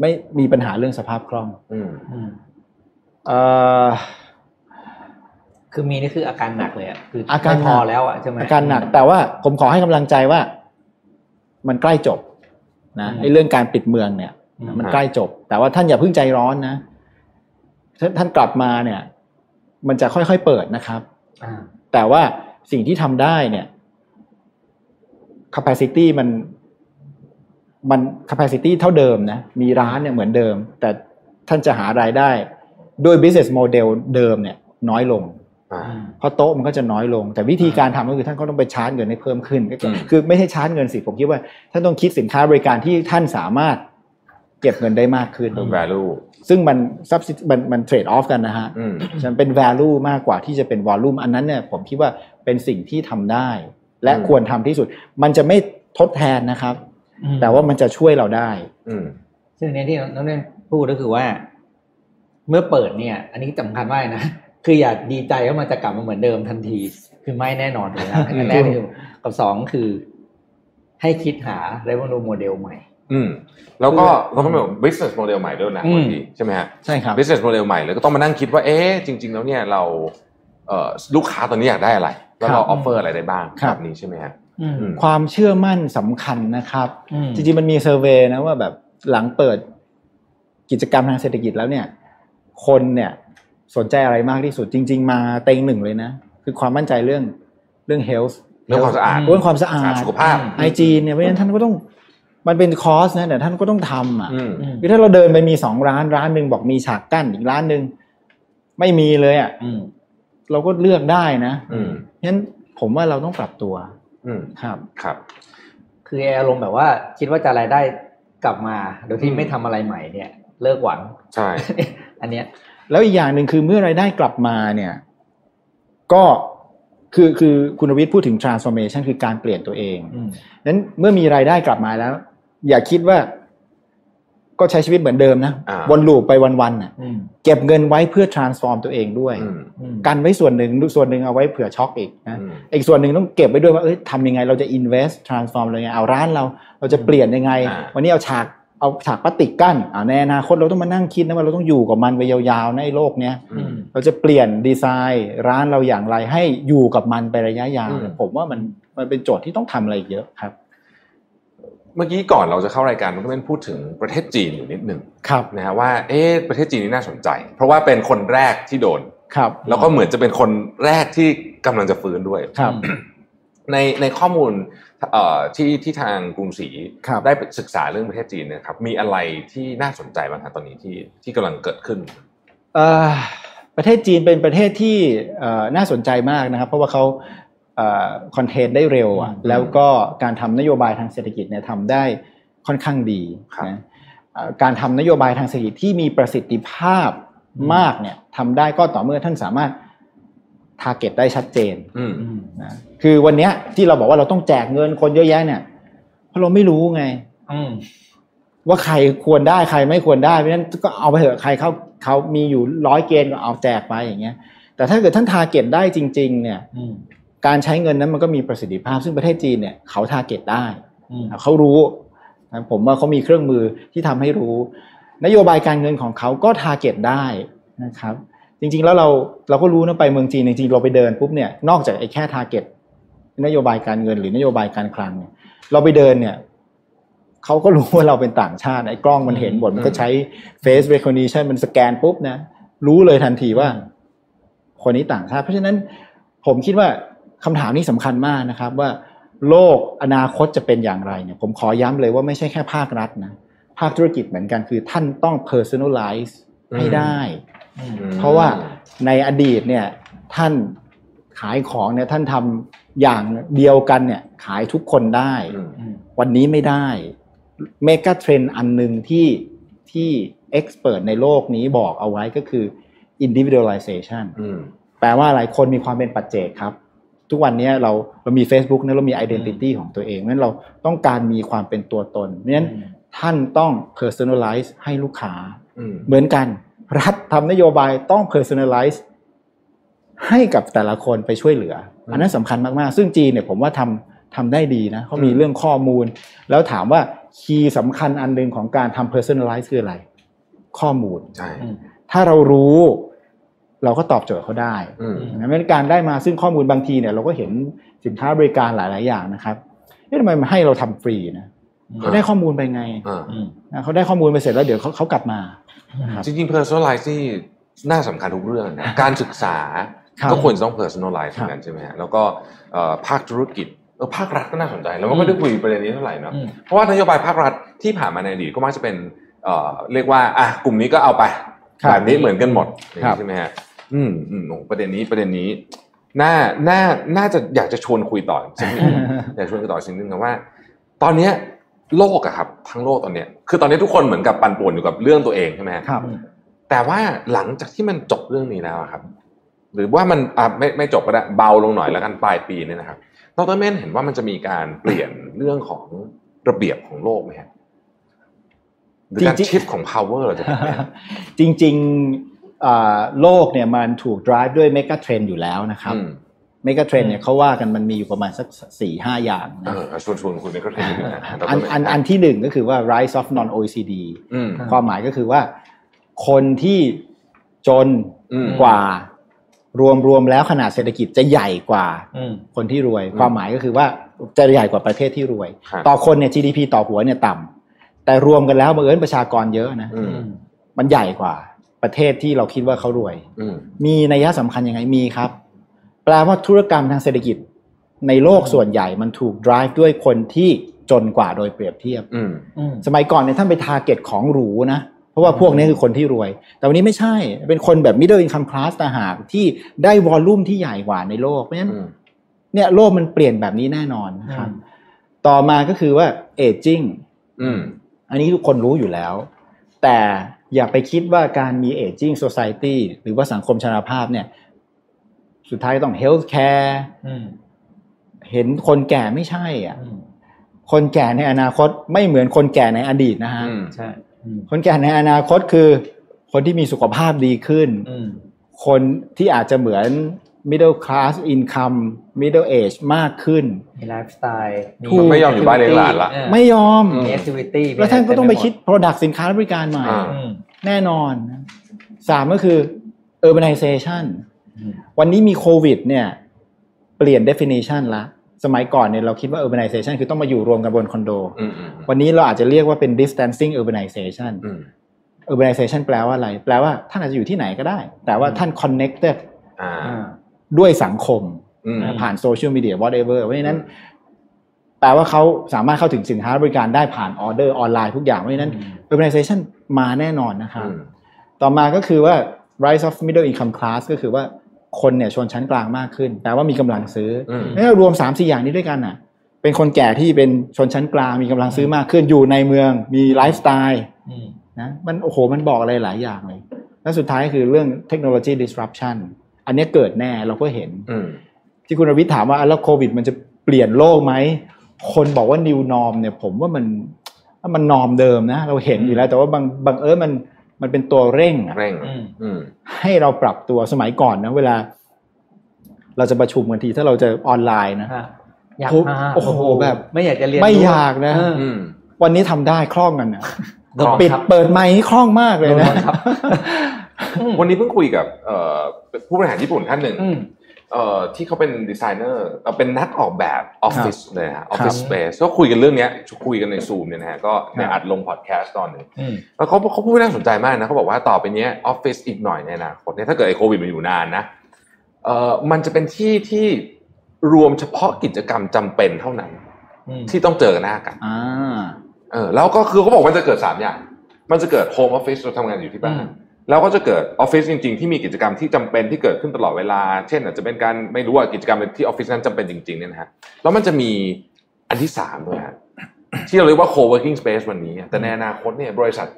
S3: ไม่มีปัญหาเรื่องสภาพคล่อง
S2: อืม
S4: อืม
S3: เอ่อ
S4: คือมีนี่คืออาการหนักเลยอ่ะคืออา
S3: อาการหนัก
S4: พอแล้วอ่ะใช่ไหม
S3: อาการหนักแต่ว่าผมขอให้กำลังใจว่า มันใกล้จบนะ
S4: อืม
S3: ไอ้เรื่องการปิดเมืองเนี่ย
S4: อืม
S3: มันใกล้จบ แต่ว่าท่านอย่าเพิ่งใจร้อนนะถ้าท่านกลับมาเนี่ย มันจะค่อยๆเปิดนะครับ
S4: อ่า
S3: แต่ว่าสิ่งที่ทำได้เนี่ย capacity มัน มัน capacity เท่าเดิมนะ มีร้านเนี่ยเหมือนเดิม แต่ท่านจะหารายได้ด้วย business model เดิมเนี่ย น้อยลง
S2: อ่า
S4: อืม
S3: เพราะโต๊ะมันก็จะน้อยลง แต่วิธีการทำก็คือท่านก็ต้องไปชาร์จเงินให้เพิ่มขึ้นก็คือ
S2: อืม
S3: คือไม่ใช่ชาร์จเงินสิผมคิดว่าท่านต้องคิดสินค้าบริการที่ท่านสามารถเก็บเงินได้มากขึ้น
S2: เรื่อง value
S3: ซึ่งมัน subsist มันมันเทรดออฟกันนะฮะ
S2: อืม
S3: ฉะนันเป็น value มากกว่าที่จะเป็น volume อันนั้นเนี่ยผมคิดว่าเป็นสิ่งที่ทำได้ และ
S2: อืม
S3: ควรทำที่สุด มันจะไม่ทดแทนนะครับ
S4: อืม
S3: แต่ว่ามันจะช่วยเราได้
S2: อืม
S4: ซึ่งในที่น้องเล่นพูดก็คือว่า เมื่อเปิดเนี่ย อันนี้สำคัญมากนะ คืออย่าดีใจว่ามันจะกลับมาเหมือนเดิมทันที คือไม่แน่นอน เลยนะอันแรกคือกับสองคือ ให้คิดหา revenue model ใหม่
S2: อืม แล้วก็
S4: คือ
S2: เราต้องเป็น business model ใหม่ด้วยนะ
S4: อืม
S2: บางทีใช่ไหมฮะ
S3: ใช่ครับ
S2: business model ใหม่แล้วก็ต้องมานั่งคิดว่า เอ๊ะ จริง ๆ แล้วเนี่ยเราเอ่อลูกค้าตอนนี้อยากได้อะไร แล้วเรา
S3: ครับ
S2: ออฟเฟอร์อะไรได้บ้าง
S3: ครับ
S2: แบบนี้ใช่ไหมฮะ
S4: อืม
S2: อืม
S3: ความเชื่อมั่นสำคัญนะครับ
S4: อืม
S3: จริงๆมันมีเซอร์เวย์นะว่าแบบหลังเปิดกิจกรรมทางเศรษฐกิจแล้วเนี่ย คนเนี่ยสนใจอะไรมากที่สุดจริง ๆ มาเต็งหนึ่งเลยนะ คือความมั่นใจเรื่องเรื่องเฮลส์
S2: เรื่องความสะอาด
S3: เรื่องความสะอา
S2: สะอา
S3: ด
S2: ดสุขภาพ
S3: ไอจีเนี่ยเพราะฉะนั้นท่านก็ต้องมันเป็นคอร์สนะแต่ท่านก็ต้องทำอ่ะ
S2: อืม
S4: อืม
S3: คือถ้าเราเดินไปมีสองร้านร้านหนึ่งบอกมีฉากกั้นอีกร้านหนึ่งไม่มีเลยอ่ะ
S4: อืม
S3: เราก็เลือกได้นะ
S2: อืม
S3: เพราะฉะนั้นผมว่าเราต้องปรับตัว
S2: อืม
S3: ครับ
S2: ครับ
S4: คืออารมณ์แบบว่า คิดว่าจะรายได้กลับมา โดยที่
S2: อืม
S4: ไม่ทำอะไรใหม่เนี่ย เลิกหวัง
S2: ใช่
S4: อันเนี้ย
S3: แล้วอีกอย่างหนึ่งคือเมื่อรายได้กลับมาเนี่ย ก็ คือคือคุณวิทย์พูดถึง transformation คือการเปลี่ยนตัวเอง
S4: อืม
S3: นั้นเมื่อมีรายได้กลับมาแล้ว อย่าคิดว่า ก็ใช้ชีวิตเหมือนเดิมนะ
S2: อ่า
S3: วนลูปไปวันๆน่ะ
S4: อืม
S3: เก็บเงินไว้เพื่อ transform ตัวเองด้วย
S2: อืม
S4: อืม
S3: กันไว้ส่วนหนึ่งส่วนหนึ่งเอาไว้เผื่อช็อกอีกนะ
S2: อืม
S3: อีกส่วนหนึ่งต้องเก็บไว้ด้วยว่าเอ้ยทำยังไงเราจะ invest transform อะไรเงี้ยเอาร้านเราเราจะเปลี่ยนยังไง
S2: อ่า
S3: วันนี้เอาฉากเอาฉากพลาสติกกั้นอ่าในอนาคตเราต้องมานั่งคิดนะว่าเราต้องอยู่กับมันไปยาวๆในะไอ้โลกเนี้ย
S2: อืม
S3: เราจะเปลี่ยนดีไซน์ร้านเราอย่างไรให้อยู่กับมันไประยะยาว
S2: อืม
S3: เนี่ยผมว่ามันมันเป็นโจทย์ที่ต้องทำอะไรอีกเยอะครับ
S2: เมื่อกี้ก่อนเราจะเข้ารายการมันก็เป็นพูดถึงประเทศจีนอยู่นิดหนึ่ง
S3: ครับ
S2: นะฮะว่าเอ๊ะประเทศจีนนี่น่าสนใจ เพราะว่าเป็นคนแรกที่โดน
S3: ครับ
S2: แล้วก็เหมือนจะเป็นคนแรกที่กำลังจะฟื้นด้วย
S3: ครับ
S2: ในในข้อมูลเอ่อที่ที่ทางกรุงศรี
S3: ครับ
S2: ได้ศึกษาเรื่องประเทศจีนเนะครับมีอะไรที่น่าสนใจบ้างครับตอนนี้ที่ที่กำลังเกิดขึ้น
S3: เอ่อประเทศจีนเป็นประเทศที่เอ่อน่าสนใจมากนะครับ เพราะว่าเขาคอนเทนต์ได้เร็วอะ
S2: อืม
S3: แล้วก็การทำนโยบายทางเศรษฐกิจเนี่ยทำได้ค่อนข้างดี
S2: ครับ
S3: นะเอ่อการทำนโยบายทางเศรษฐกิจที่มีประสิทธิภาพมากเนี่ยทำได้ก็ต่อเมื่อท่านสามารถ ทาร์เก็ตได้ชัดเจน
S4: อืม
S3: นะคือวันเนี้ยที่เราบอกว่าเราต้องแจกเงินคนเยอะแยะเนี่ยเพราะเราไม่รู้ไง
S4: อืม
S3: ว่าใครควรได้ใครไม่ควรได้เพราะฉะนั้นก็เอาไปเถอะใครเขาเขามีอยู่ร้อยเกณฑ์ก็เอาแจกไปอย่างเงี้ย แต่ถ้าเกิดท่านทาร์เก็ตได้จริง ๆ เนี่ย
S4: อืม
S3: การใช้เงินนั้นมันก็มีประสิทธิภาพ ซึ่งประเทศจีนเนี่ยเขาทาร์เก็ตได้
S4: อืม
S3: เขารู้นะผมว่าเขามีเครื่องมือที่ทำให้รู้ นโยบายการเงินของเขาก็ทาร์เก็ตได้นะครับ จริง ๆ แล้วเราเราก็รู้นะไปเมืองจีนจริงๆเราไปเดินปุ๊บเนี่ยนอกจากไอ้แค่ทาร์เก็ตนโยบายการเงินหรือนโยบายการคลังเนี่ยเราไปเดินเนี่ยเขาก็รู้ว่าเราเป็นต่างชาติไอ้กล้องมันเห็นหมดมันก็ใช้ face recognition มันสแกนปุ๊บนะ รู้เลยทันทีว่า คนนี้ต่างชาติ เพราะฉะนั้นผมคิดว่าคำถามนี้สำคัญมากนะครับ ว่าโลกอนาคตจะเป็นอย่างไรเนี่ย ผมขอย้ำเลยว่าไม่ใช่แค่ภาครัฐนะ ภาคธุรกิจเหมือนกันคือท่านต้อง personalize ให้ได้
S4: อืม
S3: เพราะว่าในอดีตเนี่ยท่านขายของเนี่ยท่านทำอย่างเดียวกันเนี่ยขายทุกคนได้
S4: อืม
S3: วันนี้ไม่ได้เมกะเทรนอันหนึ่งที่ที่เอ็กซ์เพรสในโลกนี้บอกเอาไว้ก็คือ individualization แปลว่าหลายคนมีความเป็นปัจเจกครับ ทุกวันนี้เราเรามี Facebook นะเรามี identity ของตัวเองนั้นเราต้องการมีความเป็นตัวตนเพราะฉะนั้น
S4: อืม
S3: ท่านต้อง personalize ให้ลูกค้า เหมือนกัน รัฐทำนโยบายต้อง personalize ให้กับแต่ละคนไปช่วยเหลือ
S2: อืม
S3: อันนั้นสำคัญมาก ๆ ซึ่งจีนเนี่ยผมว่าทำทำได้ดีนะเขามี
S2: อืม
S3: เรื่องข้อมูล แล้วถามว่าคีย์สำคัญอันหนึ่งของการทำ personalize คืออะไร ข้อมูล
S2: ใช่
S4: อืม
S3: ถ้าเรารู้ เราก็ตอบโจทย์เขาได้
S2: อืม
S3: ดังนั้นการได้มาซึ่งข้อมูลบางทีเนี่ยเราก็เห็นสินค้าบริการหลาย ๆ อย่างนะครับเอ๊ะทำไมมันให้เราทำฟรีนะเขาได้ข้อมูลไปไง
S2: อ่า
S4: อืม
S3: นะเขาได้ข้อมูลไปเสร็จแล้วเดี๋ยวเขาเขากลับมา ครับ
S2: จริงๆ personalize ที่น่าสำคัญทุกเรื่องนะการศึกษา
S3: ครับ
S2: ก็ควรจะต้อง personalize เห
S3: ค
S2: มื
S3: รับ
S2: อนกันใช่ไหมฮะแล้วก็เอ่อภาคธุรกิจเออภาครัฐก็น่าสนใจแล้วมันก็ได้คุยประเด็นนี้เท่าไหร่เนาะ
S4: อืม
S2: เพราะว่านโยบายภาครัฐที่ผ่านมาในอดีตก็มักจะเป็นเอ่อเรียกว่าอ่ะกลุ่มนี้ก็เอาไป
S3: ครับ
S2: แบบนี้เหมือนกันหมด
S3: ครับ
S2: ใช่ไหมฮะอืมอืมโอ้ประเด็นนี้ประเด็นนี้น่าน่าน่าจะอยากจะชวนคุยต่อ สักนิดนึงอยากชวนคุยต่อสิ่งหนึงนะว่า ตอนเนี้ยโลกอะครับ ทั้งโลกตอนเนี้ยคือตอนนี้ทุกคนเหมือนกับปั่นป่วนอยู่กับเรื่องตัวเองใช่ไหมฮะ
S3: ครับ
S2: แต่ว่าหลังจากที่มันจบเรื่องนี้แล้วอะครับ หรือว่ามันอ่ะไม่ไม่จบก็ได้เบาลงหน่อยแล้วกันปลายปีเนี่ยนะครับดรเมนเห็นว่ามันจะมีการเปลี่ยนเรื่องของระเบียบของโลกไหมฮะหรือการ
S3: จริงๆ
S2: ชิฟของ power เหราจะเห็นไหมฮะ
S3: จริงๆเอ่อโลกเนี่ยมันถูก drive ด้วยเมกะเทรนอยู่แล้วนะครับ
S2: อืม
S3: เมกะเทรนเนี่ยเขาว่ากันมันมีอยู่ประมาณสักสี่ห้า อย่าง
S2: เอ
S3: นะ
S2: อชวนชวนคุยไม่ก็เทรนด์นะฮะดร
S3: อัน
S2: เม
S3: อันอันที่หนึ่งก็คือว่า rise of non OECD
S2: อืม
S3: ความหมายก็คือว่า คนที่จน
S2: อืม
S3: กว่า รวมรวมแล้วขนาดเศรษฐกิจจะใหญ่กว่า
S4: อืม
S3: คนที่รวย
S2: อืม
S3: ความหมายก็คือว่าจะใหญ่กว่าประเทศที่รวย
S2: ครับ
S3: ต่อคนเนี่ย GDP ต่อหัวเนี่ยต่ำแต่รวมกันแล้วบังเอิญประชากรเยอะนะ
S2: อืม
S3: มันใหญ่กว่าประเทศที่เราคิดว่าเขารวย
S2: อืม
S3: มีนัยสำคัญยังไงมีครับ แปลว่าธุรกรรมทางเศรษฐกิจ ในโลกส่วนใหญ่มันถูก drive ด้วยคนที่จนกว่าโดยเปรียบเทียบ
S2: อืม
S4: อืม
S3: สมัยก่อนเนี่ยท่านไปทาร์เก็ตของหรูนะ เพราะว่าพวกนี้คือคนที่รวย แต่วันนี้ไม่ใช่ เป็นคนแบบ middle income class ต่างหากที่ได้วอลลุ่มที่ใหญ่กว่าในโลก เพราะฉะนั้น
S2: อืม
S3: เนี่ยโลกมันเปลี่ยนแบบนี้แน่นอนนะครับ
S4: อืม
S3: ต่อมาก็คือว่า aging
S2: อืม
S3: อันนี้ทุกคนรู้อยู่แล้ว แต่อย่าไปคิดว่าการมี aging society หรือว่าสังคมชราภาพเนี่ย สุดท้ายก็ต้องเฮลท์แคร์
S4: อืม
S3: เห็นคนแก่ไม่ใช่อ่ะ
S4: อืม
S3: คนแก่ในอนาคตไม่เหมือนคนแก่ในอดีตนะฮะ
S2: อืม
S4: ใช่อืม
S3: คนแก่ในอนาคตคือ คนที่มีสุขภาพดีขึ้น
S4: อืม
S3: คนที่อาจจะเหมือน middle class income middle age มากขึ้น
S4: มีไลฟ์สไตล์
S3: ถูก
S2: ไม่ยอมอยู่บ้านเลี้ยงหลานละ
S3: ไม่ยอม
S2: อืม
S4: แอคทิวิตี้
S3: แล้วท่านก็ต้องไปคิด product สินค้าและบริการใหม่
S2: อ่า
S3: แน่นอนนะสามก็คือ urbanization
S4: อืม
S3: วันนี้มีโควิดเนี่ย เปลี่ยน definition ละ สมัยก่อนเนี่ยเราคิดว่า urbanization คือต้องมาอยู่รวมกันบนคอนโด
S2: อืมอืมอืม
S3: วันนี้เราอาจจะเรียกว่าเป็น distancing urbanization
S2: อืม
S3: urbanization แปลว่าอะไร แปลว่าท่านอาจจะอยู่ที่ไหนก็ได้ แต่ว่า
S4: อืม
S3: ท่าน connected
S2: อ่า
S3: ด้วยสังคม
S2: อืม
S3: ผ่านโซเชียลมีเดีย whatever เพราะฉะนั้น
S2: อืม
S3: แปลว่าเขาสามารถเข้าถึงสินค้าและบริการได้ผ่านออเดอร์ออนไลน์ทุกอย่าง เพราะฉะนั้น urbanization มาแน่นอนนะครับ
S2: อืม
S3: ต่อมาก็คือว่า rise of middle income class ก็คือว่าคนเนี่ยชนชั้นกลางมากขึ้น แต่ว่ามีกำลังซื้อ
S2: อืม
S3: เนี่ยรวม3ามสี่อย่างนี้ด้วยกันน่ะ เป็นคนแก่ที่เป็นชนชั้นกลางมีกำลังซื้อมากขึ้นอยู่ในเมืองมีไลฟ์สไตล์
S4: อืม
S3: นะมันโอ้โหมันบอกอะไรหลายอย่างเลย และสุดท้ายคือเรื่องเทคโนโลยี disruption อันเนี้ยเกิดแน่เราก็เห็น
S2: อืม
S3: ที่คุณอวิทย์ถามว่าอ่ะแล้วโควิด มันจะเปลี่ยนโลกไหม คนบอกว่า new norm เนี่ย ผมว่ามันมันนอมเดิมนะ เราเห็นอยู่แล้ว แต่ว่าบางบางเออมันมันเป็นตัวเร่งอะ
S2: เร่ง
S4: อืม
S2: อืม
S3: ให้เราปรับตัวสมัยก่อนนะ เวลา เราจะประชุมกันทีถ้าเราจะออนไลน์นะ
S4: อ่ะอยาก
S3: โอ้โหโอ้
S4: มา
S3: โหแบบ
S4: ไม่อยากจะเรียน
S3: ไม่
S4: รู้
S3: อยากนะ
S4: เออ
S2: อืม
S3: วันนี้ทำได้คล่องกันนะ
S4: โดนบัง
S3: ปิด
S4: คับ
S3: เปิดไมค์นี่คล่องมากเลยนะ
S4: โดนบังคับ
S2: วันนี้เพิ่งคุยกับเอ่อผู้บริหารญี่ปุ่นท่านหนึ่ง
S4: อืม
S2: เอ่อที่เขาเป็นดีไซเนอร์เอ่อเป็นนักออกแบบออฟฟิศเลยฮะออฟฟิศ
S4: ครั
S2: ส
S4: บ
S2: เปซก็คุยกันเรื่องเนี้ยคุยกันในซูมเนี่ยนะฮะก็ในอัดลงพอดแคสต์ตอนหนึ่ง
S4: อืม
S2: แล้วเขาเขาพูดน่าสนใจมากนะเขาบอกว่าต่อไปเนี้ยออฟฟิศอีกหน่อยในอนาคตเนี่ยถ้าเกิดไอ้โควิดมันอยู่นานนะเอ่อมันจะเป็นที่ที่รวมเฉพาะกิจกรรมจำเป็นเท่านั้น
S4: อืม
S2: ที่ต้องเจอหน้ากัน
S3: อ่า
S2: เออแล้วก็คือเขาบอกมันจะเกิด 3 อย่าง มันจะเกิดโฮมออฟฟิศเราทำงานอยู่ที่บ้า
S4: อื
S2: น
S4: ม
S2: แล้วก็จะเกิดออฟฟิศจริง ๆ ที่มีกิจกรรมที่จำเป็นที่เกิดขึ้นตลอดเวลา เช่นอาจจะเป็นการไม่รู้ว่ากิจกรรมที่ออฟฟิศนั้นจำเป็นจริงๆเนี่ยนะฮะแล้วมันจะมีอันที่3ด้วยฮะ ที่เราเรียกว่า co-working space วันนี้อะแต่ในอนาคตเนี่ยบริษัท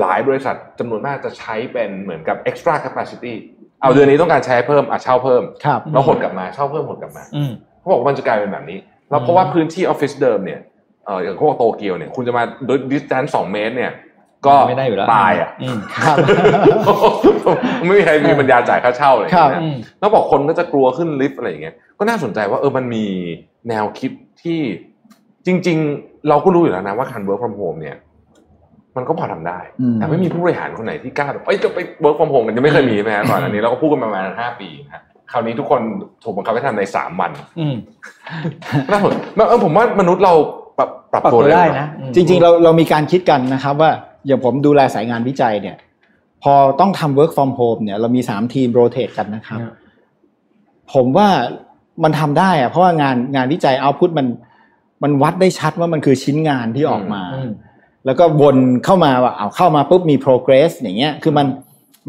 S2: หลายบริษัทจำนวนมากจะใช้เป็นเหมือนกับ extra capacity เอาเดือนนี้ต้องการใช้เพิ่มอ่ะเช่าเพิ่ม
S3: ครับ
S2: แล้วหดกลับมาเช่าเพิ่มหดกลับมา
S4: อืม
S2: เขาบอกว่ามันจะกลายเป็นแบบนี้ แล้วเพราะว่าพื้นที่ออฟฟิศเดิมเนี่ยเอออย่างพวกโตเกียวเนี่ย คุณจะมาโดยดิสแตนสองเมตร เนี่ย ก็
S4: ไม่ได้อยู่แล้ว
S2: ตาย อ่ะ
S4: ม
S3: ครับ
S2: ไม่มีใครมีปัญญาจ่ายค่าเช่าอะไรอย่าง
S3: ครั
S2: เงี้ย
S3: บ
S4: อื
S2: นะ
S4: ม
S2: แล้วบอกคนก็จะกลัวขึ้นลิฟต์อะไรอย่างเงี้ย ก็น่าสนใจว่าเออมันมีแนวคิดที่จริง ๆ เราก็รู้อยู่แล้วนะว่าการ work from home เนี่ย มันก็พอทำได้
S3: อืม
S2: แต่ไม่มีผู้บริหารคนไหนที่กล้าแบบเอ้ยจะไป work from home กันยังไม่เคยมีใช่ไหมฮะก่อนอันนี้เราก็พูดกันมาประมาณห้าปีนะฮะคราวนี้ทุกคนถูกบังคับให้ทำในสามวัน
S4: อืม
S2: น่าสนเออผมว่ามนุษย์เราปรับปรับ
S4: ปรับ
S2: ตัว
S4: ตัว
S2: เว
S4: ได้
S2: เอ
S4: นะอืม
S3: จริงๆเราเรามีการคิดกันนะครับว่าอย่างผมดูแลสายงานวิจัยเนี่ย พอต้องทำ work from home เนี่ยเรามี 3 ทีมโรเตทกันนะครับ
S4: เนี่ย
S3: ผมว่ามันทำได้อะเพราะว่างานงานวิจัยเอาพุทมันมันวัดได้ชัดว่ามันคือชิ้นงานที่ออกมา
S4: อืม
S3: แล้วก็วนเข้ามาว่าเอาเข้ามาปุ๊บมี progress อย่างเงี้ยคือมัน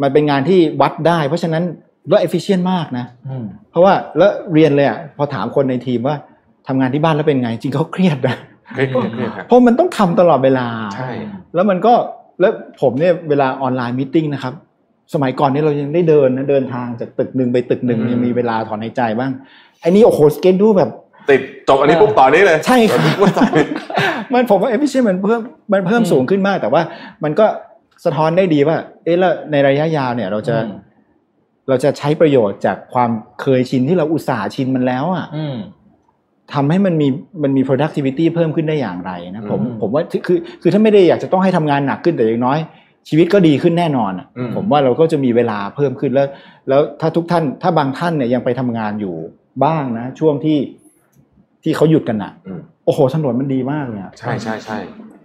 S3: มันเป็นงานที่วัดได้ เพราะฉะนั้นแล้ว efficient มากนะ
S4: อืม
S3: เพราะว่าแล้วเรียนเลยอ่ะพอถามคนในทีมว่าทำงานที่บ้านแล้วเป็นไง จริงเขาเครียดนะ
S2: เฮ้ยเครียดฮะ
S3: เพราะมันต้องทำตลอดเวลา
S2: ใช่
S3: แล้วมันก็แล้วผมเนี่ยเวลาออนไลน์มตติ팅นะครับ สมัยก่อนเนี่ยเรายังได้เดินนะเดินทางจากตึกหนึ่งไปตึกหนึ่ง
S2: อืม
S3: ยังมีเวลาถอนหายใจบ้างไอ้นี่โอ้โหสเกจดูแบบ
S2: ติดจบอันนี้ปุ๊บต่อนี้เลย
S3: ใช่ครับ
S2: ปุ๊ต่อนี้
S3: มันผมว่าเอฟฟิเชนมันเพิ่มมันเพิ่ม
S4: อืม
S3: สูงขึ้นมาก แต่ว่ามันก็สะท้อนได้ดีว่า เอ๊ะแล้วในระยะยาวเนี่ยเราจะ
S4: อืม
S3: เราจะใช้ประโยชน์จากความเคยชินที่เราอุตส่าห์ชินมันแล้วอ่ะ
S4: อืม
S3: ทำให้มันมีมันมี productivity เพิ่มขึ้นได้อย่างไรนะผม
S4: อืม
S3: ผมว่าคือคือคือถ้าไม่ได้อยากจะต้องให้ทำงานหนักขึ้นแต่อย่างน้อย ชีวิตก็ดีขึ้นแน่นอนอะ
S2: อืม
S3: ผมว่าเราก็จะมีเวลาเพิ่มขึ้นแล้ว แล้วถ้าทุกท่านถ้าบางท่านเนี่ยยังไปทำงานอยู่บ้างนะ ช่วงที่ที่เขาหยุดกันอ่ะ
S2: อืม
S3: โอ้โหถนนมันดีมากเลยอะ
S2: ใช่ใช่ใช่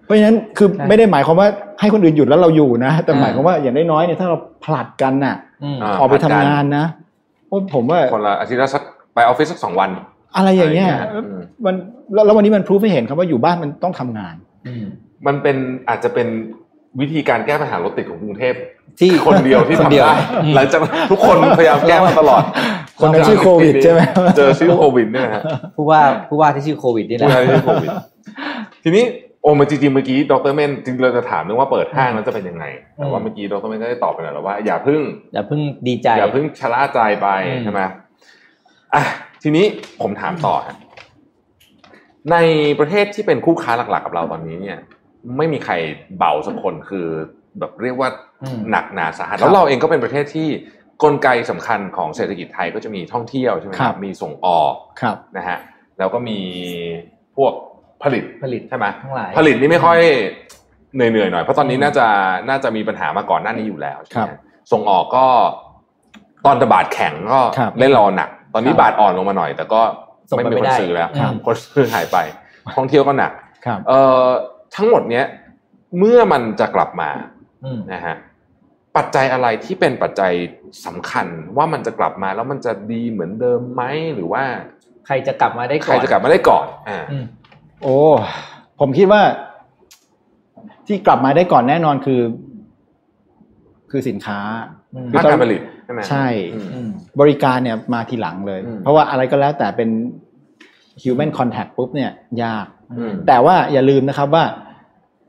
S3: เพราะฉะนั้นคือ
S4: ใช่
S3: ไม่ได้หมายความว่าให้คนอื่นหยุดแล้วเราอยู่นะ แต่
S4: อ่า
S3: หมายความว่าอย่างน้อยๆเนี่ยถ้าเราผลัดกันน่ะ
S4: อืม
S2: อ่า
S3: ออกไปทำงานนะโอ้ผมว่า
S2: คนละอาทิตย์ละสักไปออฟฟิศสักสองวัน
S3: อะไรอย่างเงี้ย
S2: ะไรอืม
S3: มันแล้วแล้ววันนี้มันพิสูจให้เห็นครับว่าอยู่บ้านมันต้องทำงาน
S4: อืม
S2: มันเป็นอาจจะเป็นวิธีการแก้ปัญหารถติดของกรุงเทพ
S4: ที่
S2: คนเดียวที่
S4: คนเดี
S2: ทำ
S4: ยว
S2: ได้หลังจากทุกคนพยายามแก้มาตลอด
S3: คนนั้นชื่อโควิดใช่ไหม
S2: เจอชื่อโควิดเนี่ยนะฮะ
S4: ผู้ว่าผู้ว่าที่ชื่อโควิดนี่แห
S2: ผู้
S4: ละ
S2: ชายที่โควิดทีนี้โอ้มาจริงๆเมื่อกี้ดรเมนจริงๆเราจะถามเรื่องว่าเปิดห้างแล้วจะเป็นยังไง แต่ว่าเมื่อกี้ดรเมนก็ได้ตอบไปแล้วว่าอย่าเพิ่ง
S4: อย่าเพิ่งดีใจ
S2: อย่าเพิ่งชะล่าใจไป
S4: อืม
S2: ใช่ไหม อ่ะทีนี้ผมถามต่อฮะในประเทศที่เป็นคู่ค้าหลักๆกับเราตอนนี้เนี่ย ไม่มีใครเบาสักคนคือแบบเรียกว่า
S4: อืม
S2: หนักหนาสาหัสแล้วเราเองก็เป็นประเทศที่กลไกสำคัญของเศรษฐกิจไทยก็จะมีท่องเที่ยวใช่ไหมค
S3: ครั
S2: รับ บมีส่งออก
S3: ครับ
S2: นะฮะแล้วก็มีพวกผลิต
S4: ผลิต
S2: ใช่ไหม
S4: ทั้งหลาย
S2: ผลิตนี่ไม่ค่อยเหนื่อยๆหน่อยเพราะตอนนี้น่าจะน่าจะมีปัญหามาก่อนหน้านี้อยู่แล้วใช่ไหม
S3: ครับ
S2: ส่งออกก็ตอนแตบาทแข็งก็
S3: ครับ
S2: เล่นรอหนัก ตอนนี้
S3: ครับ
S2: บาทอ่อนลงมาหน่อย แต่ก็
S4: ส่ง
S2: ไม่
S4: ไป
S2: มีค
S4: ไม่
S2: น
S4: ได้
S2: ซื้อแล้ว
S4: ครับ
S2: คนซื้อหายไปท่องเที่ยวก็หนัก
S3: ครับ
S2: เอ่อทั้งหมดเนี้ยเมื่อมันจะกลับมา
S4: อืม
S2: นะฮะปัจจัยอะไรที่เป็นปัจจัยสำคัญว่ามันจะกลับมาแล้วมันจะดีเหมือนเดิมไหมหรือว่า
S4: ใครจะกลับมาได้ก่อน
S2: ใครจะกลับมาได้ก่อนอ่า
S4: อืม
S3: โอ้ผมคิดว่า ที่กลับมาได้ก่อนแน่นอนคือ คือสินค้า
S4: อืม
S3: คื
S2: ภาค
S3: ตอน
S2: การผลิตใช่ไหม
S3: ใช่
S2: อืม
S4: อืม
S3: บริการเนี่ยมาทีหลังเลย
S2: อืม
S3: เพราะว่าอะไรก็แล้วแต่เป็น human contact ปุ๊บเนี่ย ยาก
S2: อืม
S3: แต่ว่าอย่าลืมนะครับว่า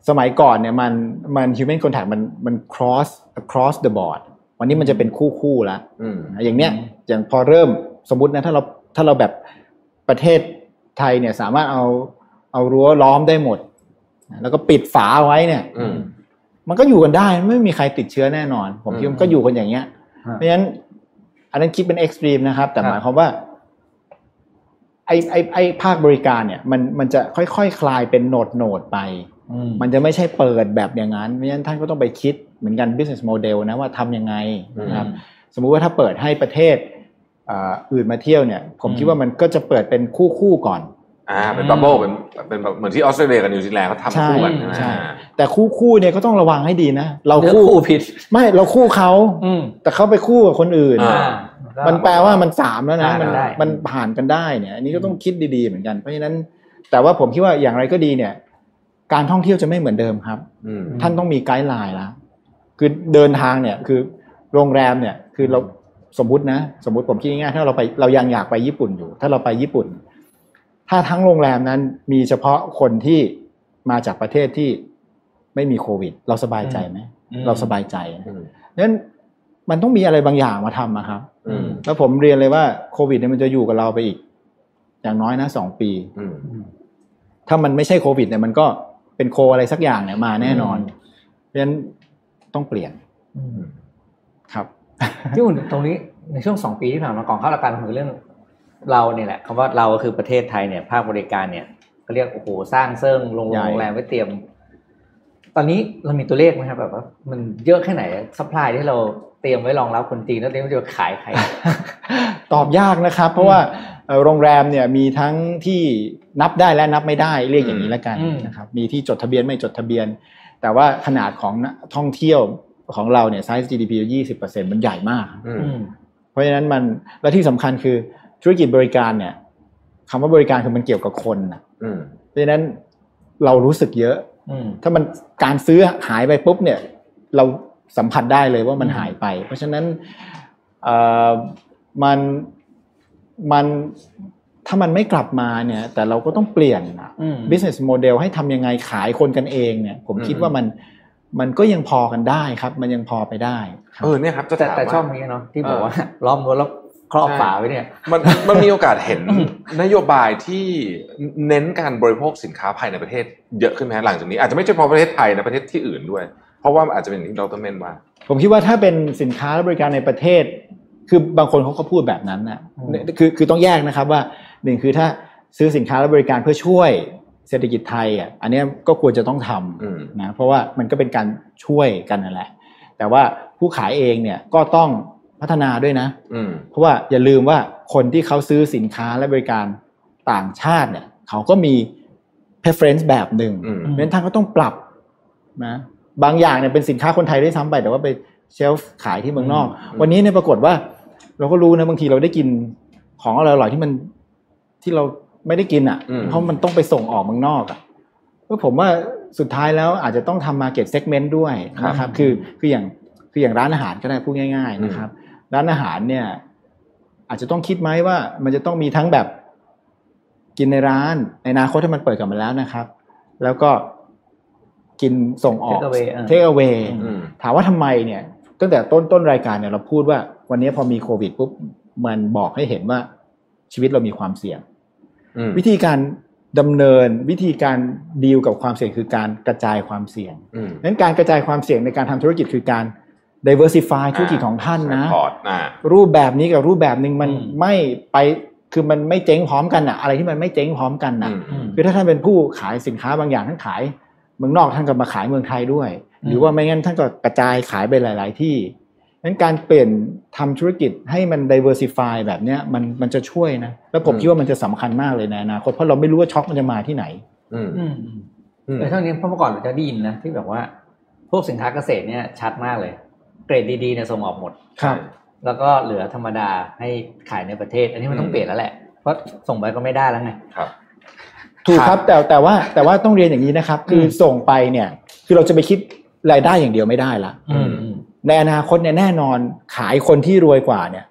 S3: สมัยก่อนเนี่ยมันมัน human contact มันมัน cross across the board วันนี้มันจะเป็นคู่คู่ๆแล้ว
S2: อืม
S3: อย่างเนี้ย
S4: อืม
S3: อย่างพอเริ่มสมมตินะถ้าเราถ้าเราแบบประเทศไทยเนี่ยสามารถเอาเอารั้วล้อมได้หมด แล้วก็ปิดฝาเอาไว้เนี่ย
S2: อืม
S3: มันก็อยู่กันได้ไม่มีใครติดเชื้อแน่นอน ผมคิด
S2: อืม
S3: มันก็อยู่กันอย่างเงี้ย
S4: ฮะ
S3: เพราะฉะนั้น อันนั้นคิดเป็นเอ็กซ์ตรีมนะครับ แต่
S4: ครับ
S3: หมายความว่า ไอไอไอภาคบริการเนี่ย มันมันจะค่อยๆคลายเป็นโหนดโหนดไป
S4: อืม
S3: มันจะไม่ใช่เปิดแบบอย่างนั้นเพราะฉะนั้นท่านก็ต้องไปคิดเหมือนกัน business model นะว่าทำยังไงนะครับ สมมุติว่าถ้าเปิดให้ประเทศเอ่ออื่นมาเที่ยวเนี่ย ผม
S4: อืม
S3: คิดว่ามันก็จะเปิดเป็นคู่คู่ๆก่อน
S2: อ่าเป็นบับเบิ้ลเป็นเป็นแบบเหมือนที่ออสเตรเลียกับนิวซีแลนด์เขาทำคู่กันนะ
S3: ใช่ แต่คู่คู่ๆเนี่ยก็ต้องระวังให้ดีนะเรา
S4: เรื่อง
S3: คู่
S4: คู่ผิด
S3: ไม่เราคู่เขา
S4: อืม
S3: แต่เขาไปคู่กับคนอื่น
S4: อ่า
S3: มันแปลว่ามันสามแล้วนะ
S4: อ่า
S3: มัน
S4: ได้
S3: มันผ่านกันได้เนี่ยอันนี้ก็ต้องคิดดีๆเหมือนกันเพราะฉะนั้น แต่ว่าผมคิดว่าอย่างไรก็ดีเนี่ย การท่องเที่ยวจะไม่เหมือนเดิมครับ
S2: อืม
S3: ท่านต้องมีไกด์ไลน์ละคือเดินทางเนี่ยคือโรงแรมเนี่ยคือเราสมมตินะ สมมติผมคิดง่ายๆถ้าเราไปเรายังอยากไปญี่ปุ่นอยู่ ถ้าเราไปญี่ปุ่น ถ้าทั้งโรงแรมนั้นมีเฉพาะคนที่มาจากประเทศที่ไม่มีโควิด เราสบายใจไหม
S4: อืม
S3: เราสบายใจนะ
S2: อืม
S3: นั้นมันต้องมีอะไรบางอย่างมาทำนะครับ
S2: อืม
S3: แล้วผมเรียนเลยว่าโควิดเนี่ยมันจะอยู่กับเราไปอีก อย่างน้อยนะสองปี
S2: อืม
S3: ถ้ามันไม่ใช่โควิดเนี่ยมันก็เป็นโคอะไรสักอย่างเนี่ยมาแน่นอน
S4: อืม
S3: เพราะฉะนั้นต้องเปลี่ยน
S4: อืม
S3: ครับ
S4: ที่คุณตรงนี้ในช่วงสองปีที่ผ่านมาก่อนเข้ารายการผมคือเรื่องเราเนี่ยแหละคำว่าเราก็คือประเทศไทยเนี่ย ภาคบริการเนี่ยก็เรียกโอ้โหสร้างเซิ่งโรง
S3: ใหญ่
S4: โรงแรมไว้เตรียม ตอนนี้เรามีตัวเลขไหมครับแบบว่า มันเยอะแค่ไหนซัพพลายที่เราเตรียมไว้รองรับคนจีนแล้วเตรียมไว้จะขายใคร
S3: ตอบยากนะครับ เพราะว่าเอ่อโรงแรมเนี่ยมีทั้งที่นับได้และนับไม่ได้เรียกอย่างนี้ละกัน
S4: อืม
S3: นะครับมีที่จดทะเบียนไม่จดทะเบียน แต่ว่าขนาดของนักท่องเที่ยวของเราเนี่ยไซส์ GDP 20%มันใหญ่มาก
S2: อืม
S4: อืม
S3: เพราะฉะนั้นมันและที่สำคัญคือธุรกิจบริการเนี่ยคำว่าบริการคือมันเกี่ยวกับคนนะ
S2: อืม
S3: เพราะฉะนั้นเรารู้สึกเยอะ
S4: อืม
S3: ถ้ามันการซื้อหายไปปุ๊บเนี่ย เราสัมผัสได้เลยว่ามัน
S4: อืม
S3: หายไป เพราะฉะนั้นเอ่อมันมันถ้ามันไม่กลับมาเนี่ย แต่เราก็ต้องเปลี่ยนอะ
S4: อืม
S3: business model ให้ทำยังไงขายคนกันเองเนี่ย ผม
S2: อืม
S3: คิดว่ามันมันก็ยังพอกันได้ครับ มันยังพอไปได้ครับ
S2: เออเนี่ยครับจะ
S4: แต่
S2: ถาม
S4: แต่
S2: ว่า
S4: ชอบอย่างนี้เนาะที่บอ
S2: เอ
S4: ก
S2: อ
S4: ว่าล้อมรั้วแล้วครอบฝาไว้เนี่ย
S2: มันมันมีโอกาสเห็นนโยบายที่เน้นการบริโภคสินค้าภายในประเทศเยอะขึ้นไหมฮะหลังจากนี้อาจจะไม่ใช่เฉพาะประเทศไทยนะประเทศที่อื่นด้วย เพราะว่าอาจจะเป็นอย่างที่ดรเมนว่า
S3: ผมคิดว่าถ้าเป็นสินค้าและบริการในประเทศ คือบางคนเขาก็พูดแบบนั้นนะ
S4: อืม
S3: คือคือต้องแยกนะครับว่าหนึ่งคือถ้าซื้อสินค้าและบริการเพื่อช่วยเศรษฐกิจไทยอ่ะอันเนี้ยก็ควรจะต้องทำ
S2: อืม
S3: นะเพราะว่ามันก็เป็นการช่วยกันนั่นแหละ แต่ว่าผู้ขายเองเนี่ยก็ต้องพัฒนาด้วยนะ
S2: อืม
S3: เพราะว่าอย่าลืมว่าคนที่เขาซื้อสินค้าและบริการต่างชาติเนี่ยเขาก็มี preference แบบหนึ่ง
S2: อืม
S3: เพราะฉะนั้นท่านก็ต้องปรับนะบางอย่างเนี่ยเป็นสินค้าคนไทยด้วยซ้ำไป แต่ว่าไปเชลฟ์ขายที่เมืองนอก วันนี้เนี่ยปรากฏว่า เราก็รู้นะบางทีเราได้กินของอร่อยๆที่มันที่เราไม่ได้กินอ่ะ
S2: อืม
S3: เพราะมันต้องไปส่งออกเมืองนอกอ่ะก็ผมว่าสุดท้ายแล้วอาจจะต้องทำมาเก็ตเซกเมนต์ด้วยนะครับ คือคืออย่างคืออย่างร้านอาหารก็ได้พูดง่าย ๆนะครับ ร้านอาหารเนี่ย อาจจะต้องคิดไหมว่า มันจะต้องมีทั้งแบบกินในร้าน ในอนาคตถ้ามันเปิดกลับมาแล้วนะครับ แล้วก็กินส่งออก
S4: Take away อ่ะ
S3: เทคเอาเวย์
S2: อืม
S3: ถามว่าทำไมเนี่ย ตั้งแต่ต้นต้นรายการเนี่ยเราพูดว่า วันนี้พอมีโควิดปุ๊บมันบอกให้เห็นว่า ชีวิตเรามีความเสี่ยง
S2: อืม
S3: วิธีการดำเนินวิธีการดีลกับความเสี่ยงคือการกระจายความเสี่ยง
S2: อืม
S3: นั้นการกระจายความเสี่ยงในการทำธุรกิจคือการ diversify ธุรกิจของท่านนะ
S2: พอร์ตอ่า
S3: รูปแบบนี้กับรูปแบบหนึ่งมัน
S4: อืม
S3: ไม่ไปคือมันไม่เจ๊งพร้อมกันอะอะไรที่มันไม่เจ๊งพร้อมกันอะ
S4: อืม
S3: คือถ้าท่านเป็นผู้ขายสินค้าบางอย่างท่านขายเมืองนอกท่านก็มาขายเมืองไทยด้วย
S4: อืม
S3: หรือว่าไม่งั้นท่านก็กระจายขายไปหลาย ๆ ที่นั้นการเปลี่ยนทำธุรกิจให้มัน diversify แบบเนี้ยมันมันจะช่วยนะแล้วผม
S2: อืม
S3: คิดว่ามันจะสำคัญมากเลยในอนาคตเพราะเราไม่รู้ว่าช็อคมันจะมาที่ไหน
S2: อืม
S4: อืมอืม
S2: อืม
S4: เออเท่านี้เพราะเมื่อก่อนเราจะได้ยินนะที่แบบว่า พวกสินค้าเกษตรเนี่ยชัดมากเลย เกรดดีๆเนี่ยส่งออกหมด
S3: ครับ
S4: แล้วก็เหลือธรรมดาให้ขายในประเทศ อันนี้มันต้องเปลี่ยนแล้วแหละ เพราะส่งไปก็ไม่ได้แล้วไง
S2: ครับ
S3: ถูกครับแต่แต่ว่าแต่ว่าต้องเรียนอย่างนี้นะครับ คืออส่งไปเนี่ยคือเราจะไปคิดรายได้อย่างเดียวไม่ได้ละ
S2: อืม
S4: อืม
S3: ในอนาคตเนี่ยแน่นอนขายคนที่รวยกว่าเนี่ย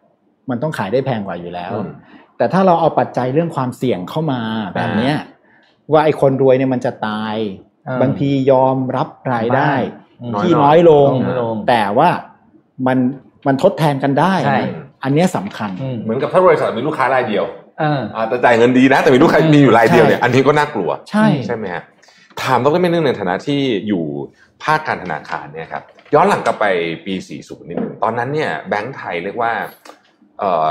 S3: มันต้องขายได้แพงกว่าอยู่แล้ว
S2: อืม
S3: แต่ถ้าเราเอาปัจจัยเรื่องความเสี่ยงเข้ามาแบบเนี้ยว่าไอ้คนรวยเนี่ยมันจะตาย
S4: เออบ
S3: างทียอมรับรายได้
S4: อืม
S2: น้อย
S3: ที่น้อยลง
S4: น้อยลง
S3: แต่ว่ามันมันทดแทนกันได้
S4: ใช่
S3: นะอันเนี้ยสำคัญ
S4: อืม
S2: เหมือนกับถ้าบริษัทมีลูกค้ารายเดียว
S4: เออ
S2: อ่าแต่จ่ายเงินดีนะ แต่มีลูกค้ามีอยู่รายเดียวเนี่ย
S3: ใช่
S2: อันนี้ก็น่ากลัว
S3: ใช่
S2: ใช่ไหมฮะถามดรเมนนึงในฐานะที่อยู่ภาคการธนาคารเนี่ยครับย้อนหลังกลับไปปี 40 นิดหนึ่งตอนนั้นเนี่ยแบงก์ไทยเรียกว่าเออ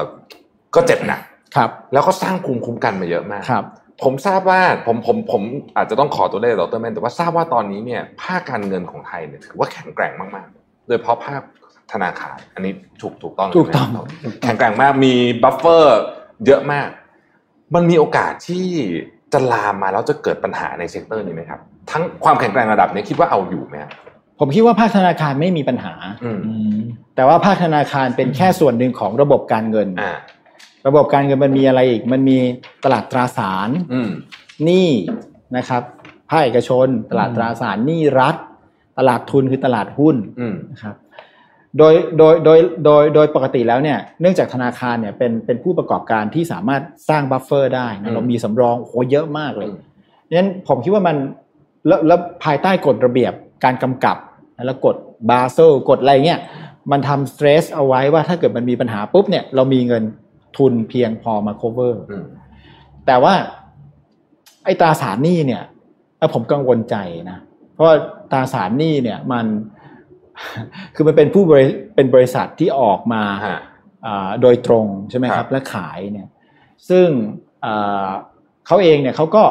S2: ก็เจ็บหนัก
S3: ครับ
S2: แล้วก็สร้างภูมิคุ้มกันมาเยอะมาก
S3: ครับ
S2: ผมทราบว่าผมผมผมอาจจะต้องขอตัวเลขดรแมนแต่ว่าทราบว่าตอนนี้เนี่ยภาคการเงินของไทยเนี่ยถือว่าแข็งแกร่งมากๆ โดยเฉพาะภาคธนาคาร อันนี้ถูกถูกต้อง
S3: ถูกต้อง
S2: ใช่ไหมแข็งแกร่งมากมีบัฟเฟอร์เยอะมาก มันมีโอกาสที่จะลามมาแล้วจะเกิดปัญหาในเซกเตอร์นี้ไหมครับ ทั้งความแข็งแกร่งระดับเนี้คิดว่าเอาอยู่ไหมครับ
S3: ผมคิดว่าภาคธนาคารไม่มีปัญหา
S2: อืม
S3: แต่ว่าภาคธนาคารเป็นแค่ส่วนหนึ่งของระบบการเงิน
S2: อ่า
S3: ระบบการเงินมันมีอะไรอีก มันมีตลาดตราสาร
S2: อืม
S3: หนี้นะครับภาคเอกชน ตลาดตราสารหนี้รัฐ ตลาดทุนคือตลาดหุ้น
S2: อืม
S3: นะครับโดยโดยโดยโดยโดยปกติแล้วเนี่ยเนื่องจากธนาคารเนี่ยเป็นเป็นผู้ประกอบการที่สามารถสร้างบัฟเฟอร์ได้
S2: อื
S3: นะ
S2: ม
S3: เรามีสำรองโอ้โหเยอะมากเลย
S2: อืม
S3: ดังนั้นผมคิดว่ามันแล้วแล้วภายใต้กฎระเบียบการกำกับ แล้วกฎบา s ซลกฎอะไรเงี้ยมันทำสเตรสเอาไว้ว่าถ้าเกิดมันมีปัญหาปุ๊บเนี่ยเรามีเงินทุนเพียงพอมา cover
S2: อืม
S3: แต่ว่าไอ้ตราสารหนี้เนี่ยเอ้อผมกังวลใจนะ เพราะว่าตราสารหนี้เนี่ยมัน คือมันเป็นผู้บริเป็นบริษัทที่ออกมา
S2: อ่าฮะ
S3: อ่าโดยตรงใช่ไหมค
S2: ครั
S3: รับ
S2: บ
S3: และขายเนี่ย ซึ่งอ่าเขาเองเนี่ยเขาก็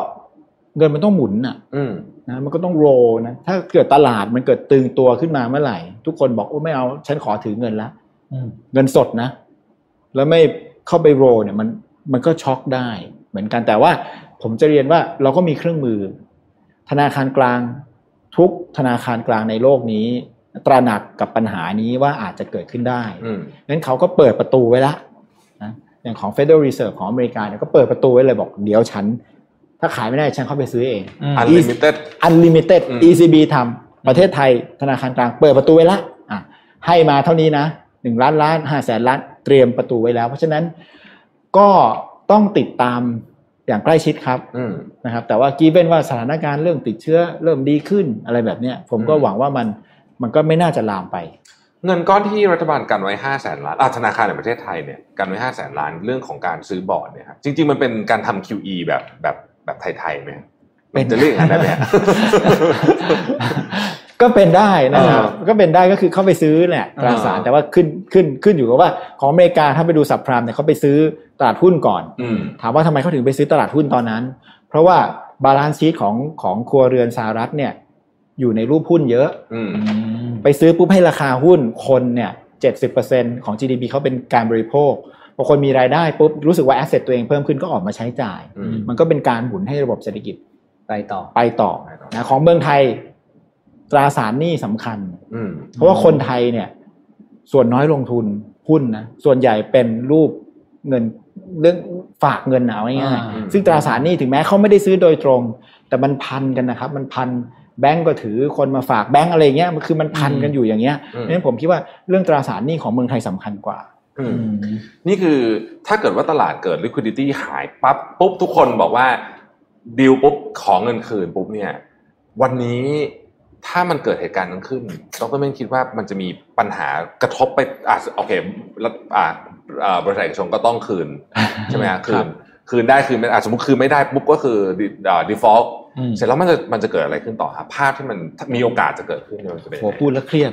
S3: เงินมันต้องหมุนน่ะ
S2: อืม
S3: นะมันก็ต้องโรลนะถ้าเกิดตลาดมันเกิดตึงตัวขึ้นมาเมื่อไหร่ ทุกคนบอกโอ้ไม่เอาฉันขอถือเงินละ
S4: อืม
S3: เงินสดนะ แล้วไม่เข้าไปโรลเนี่ยมันมันก็ช็อกได้ เหมือนกันแต่ว่าผมจะเรียนว่าเราก็มีเครื่องมือ ธนาคารกลางทุกธนาคารกลางในโลกนี้ ตระหนักกับปัญหานี้ว่าอาจจะเกิดขึ้นได้
S2: อืม
S3: งั้นเขาก็เปิดประตูไว้ละนะอย่างของ Federal Reserve ของอเมริกาเนี่ยก็เปิดประตูไว้เลยบอกเดี๋ยวฉัน ถ้าขายไม่ได้ฉันเข้าไปซื้อเอง
S4: อืม
S2: อันลิมิเต็ด
S3: Unlimited
S2: อืม
S3: ECB ทำประเทศไทยธนาคารกลางเปิดประตูไว้ละอ่ะให้มาเท่านี้นะหนึ่งล้านล้านห้าแสนล้านเตรียมประตูไว้แล้ว เพราะฉะนั้นก็ต้องติดตามอย่างใกล้ชิดครับ
S2: อืม
S3: นะครับ แต่ว่ากีเว้นว่าสถานการณ์เรื่องติดเชื้อเริ่มดีขึ้นอะไรแบบเนี้ยผมก็
S2: อืม
S3: หวังว่ามันมันก็ไม่น่าจะลามไป
S2: เงินก้อนที่รัฐบาลกันไว้ห้าแสนล้านอ่ะธนาคารในประเทศไทยเนี่ยกันไว้ห้าแสนล้านเรื่องของการซื้อบอร์ดเนี่ยครับจริง ๆ มันเป็นการทำ QE แบบแบบแบบไทยๆไหมครับ
S3: เป็น
S2: จะเรียกอย่างนั้นได้ ไหมฮะ
S3: ก็เป็นได้นะครับ
S2: เออ
S3: ก็เป็นได้ก็คือเข้าไปซื้อแหละตราสาร
S2: เออ
S3: แต่ว่าขึ้นขึ้นขึ้นอยู่กับว่าของอเมริกาถ้าไปดูสับพรามเนี่ยเขาไปซื้อตลาดหุ้นก่อน
S2: อืม
S3: ถามว่าทำไมเขาถึงไปซื้อตลาดหุ้นตอนนั้น เพราะว่าบาลานซ์ชีตของของครัวเรือนสหรัฐเนี่ยอยู่ในรูปหุ้นเยอะ
S2: อืม
S3: ไปซื้อปุ๊บให้ราคาหุ้นคนเนี่ยเจ็ดสิบเปอร์เซ็นของ GDP เขาเป็นการบริโภคพอคนมีรายได้ปุ๊บรู้สึกว่าแอสเซทตัวเองเพิ่มขึ้นก็ออกมาใช้จ่าย
S2: อืม
S3: มันก็เป็นการหมุนให้ระบบเศรษฐกิจ
S4: ไปต่อ
S3: ไปต่อ
S2: ไปต่อ
S3: นะของเมืองไทยตราสารหนี้สำคัญ
S2: อืม
S3: เพราะว่าคนไทยเนี่ยส่วนน้อยลงทุนหุ้นนะส่วนใหญ่เป็นรูปเงินเรื่องฝากเงินเอาง่าย
S4: อ่า
S3: ๆซึ่งตราสารหนี้ถึงแม้เขาไม่ได้ซื้อโดยตรง แต่มันพันกันนะครับ มันพันแบงก์ก็ถือคนมาฝากแบงก์อะไรเงี้ยมันคือมันพันกันอยู่อย่างเงี้ย
S2: อืม
S3: เพราะฉะนั้นผมคิดว่าเรื่องตราสารหนี้ของเมืองไทยสำคัญกว่า
S2: อื
S4: อื
S2: ม
S4: ม
S2: นี่คือถ้าเกิดว่าตลาดเกิด liquidity หายปั๊บปุ๊บทุกคนบอกว่าดีลปุ๊บของเงินคืนปุ๊บเนี่ย วันนี้ถ้ามันเกิดเหตุการณ์นั้นขึ้นดรเมนคิดว่ามันจะมีปัญหากระทบไปอ่ะโอเคแล้วอ่ะ อ่าบริษัทเอกชนก็ต้องคืน ใช่ไหมฮะคืนคืนได้คืนไม่อ่ะสมมติคืนไม่ได้ปุ๊บก็คือดิอ่า default
S4: อืม
S2: เสร็จแล้วมันจะมันจะเกิดอะไรขึ้นต่อครับภาพที่มันมีโอกาสจะเกิดขึ้นเนี่ยมันจะเป็นยัง
S3: โห
S2: ไง
S3: พูดแล้วเครียด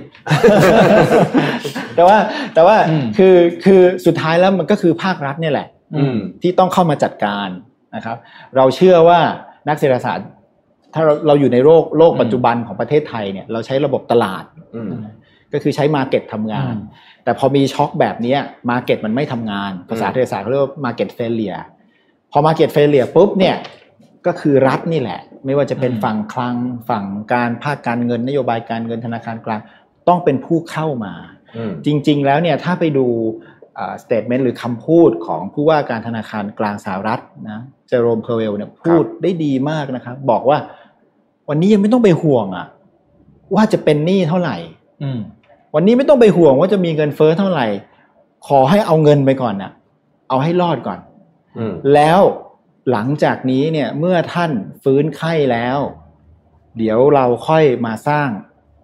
S3: แต่ว่าแต่ว่า
S4: อืม
S3: คือคือสุดท้ายแล้วมันก็คือภาครัฐเนี่ยแหละ
S2: อืม
S3: ที่ต้องเข้ามาจัดการนะครับ เราเชื่อว่านักเศรษฐศาสตร์ ถ้าเราเราอยู่ในโลกโลก
S4: อืม
S3: ปัจจุบันของประเทศไทยเนี่ยเราใช้ระบบตลาด
S2: อืม
S3: ก็คือใช้มาเก็ตทำงาน แต่พอมีช็อคแบบเนี้มาเก็ตมันไม่ทำงาน ภาษา
S2: อืม
S3: เศรษฐศาสตร์เขาเรียกว่ามาเก็ตเฟลเลียพอมาเก็ตเฟลเลียปุ๊บเนี่ยก็คือรัฐนี่แหละ ไม่ว่าจะเป็น
S4: อืม
S3: ฝั่งคลังฝั่งการภาคการเงินนโยบายการเงินธนาคารกลาง ต้องเป็นผู้เข้ามา
S2: อืม
S3: จริง ๆ แล้วเนี่ยถ้าไปดูสเตทเมนต์หรือคำพูดของผู้ว่าการธนาคารกลางสหรัฐนะเจอโรมเพอร์เวลเนี่ยพูดได้ดีมากนะครับ บอกว่าวันนี้ยังไม่ต้องไปห่วงอะว่าจะเป็นหนี้เท่าไหร่
S4: อืม
S3: วันนี้ไม่ต้องไปห่วงว่าจะมีเงินเฟ้อเท่าไหร่ ขอให้เอาเงินไปก่อนนะเอาให้รอดก่อน
S2: อืม
S3: แล้วหลังจากนี้เนี่ยเมื่อท่านฟื้นไข้แล้ว เดี๋ยวเราค่อยมาสร้าง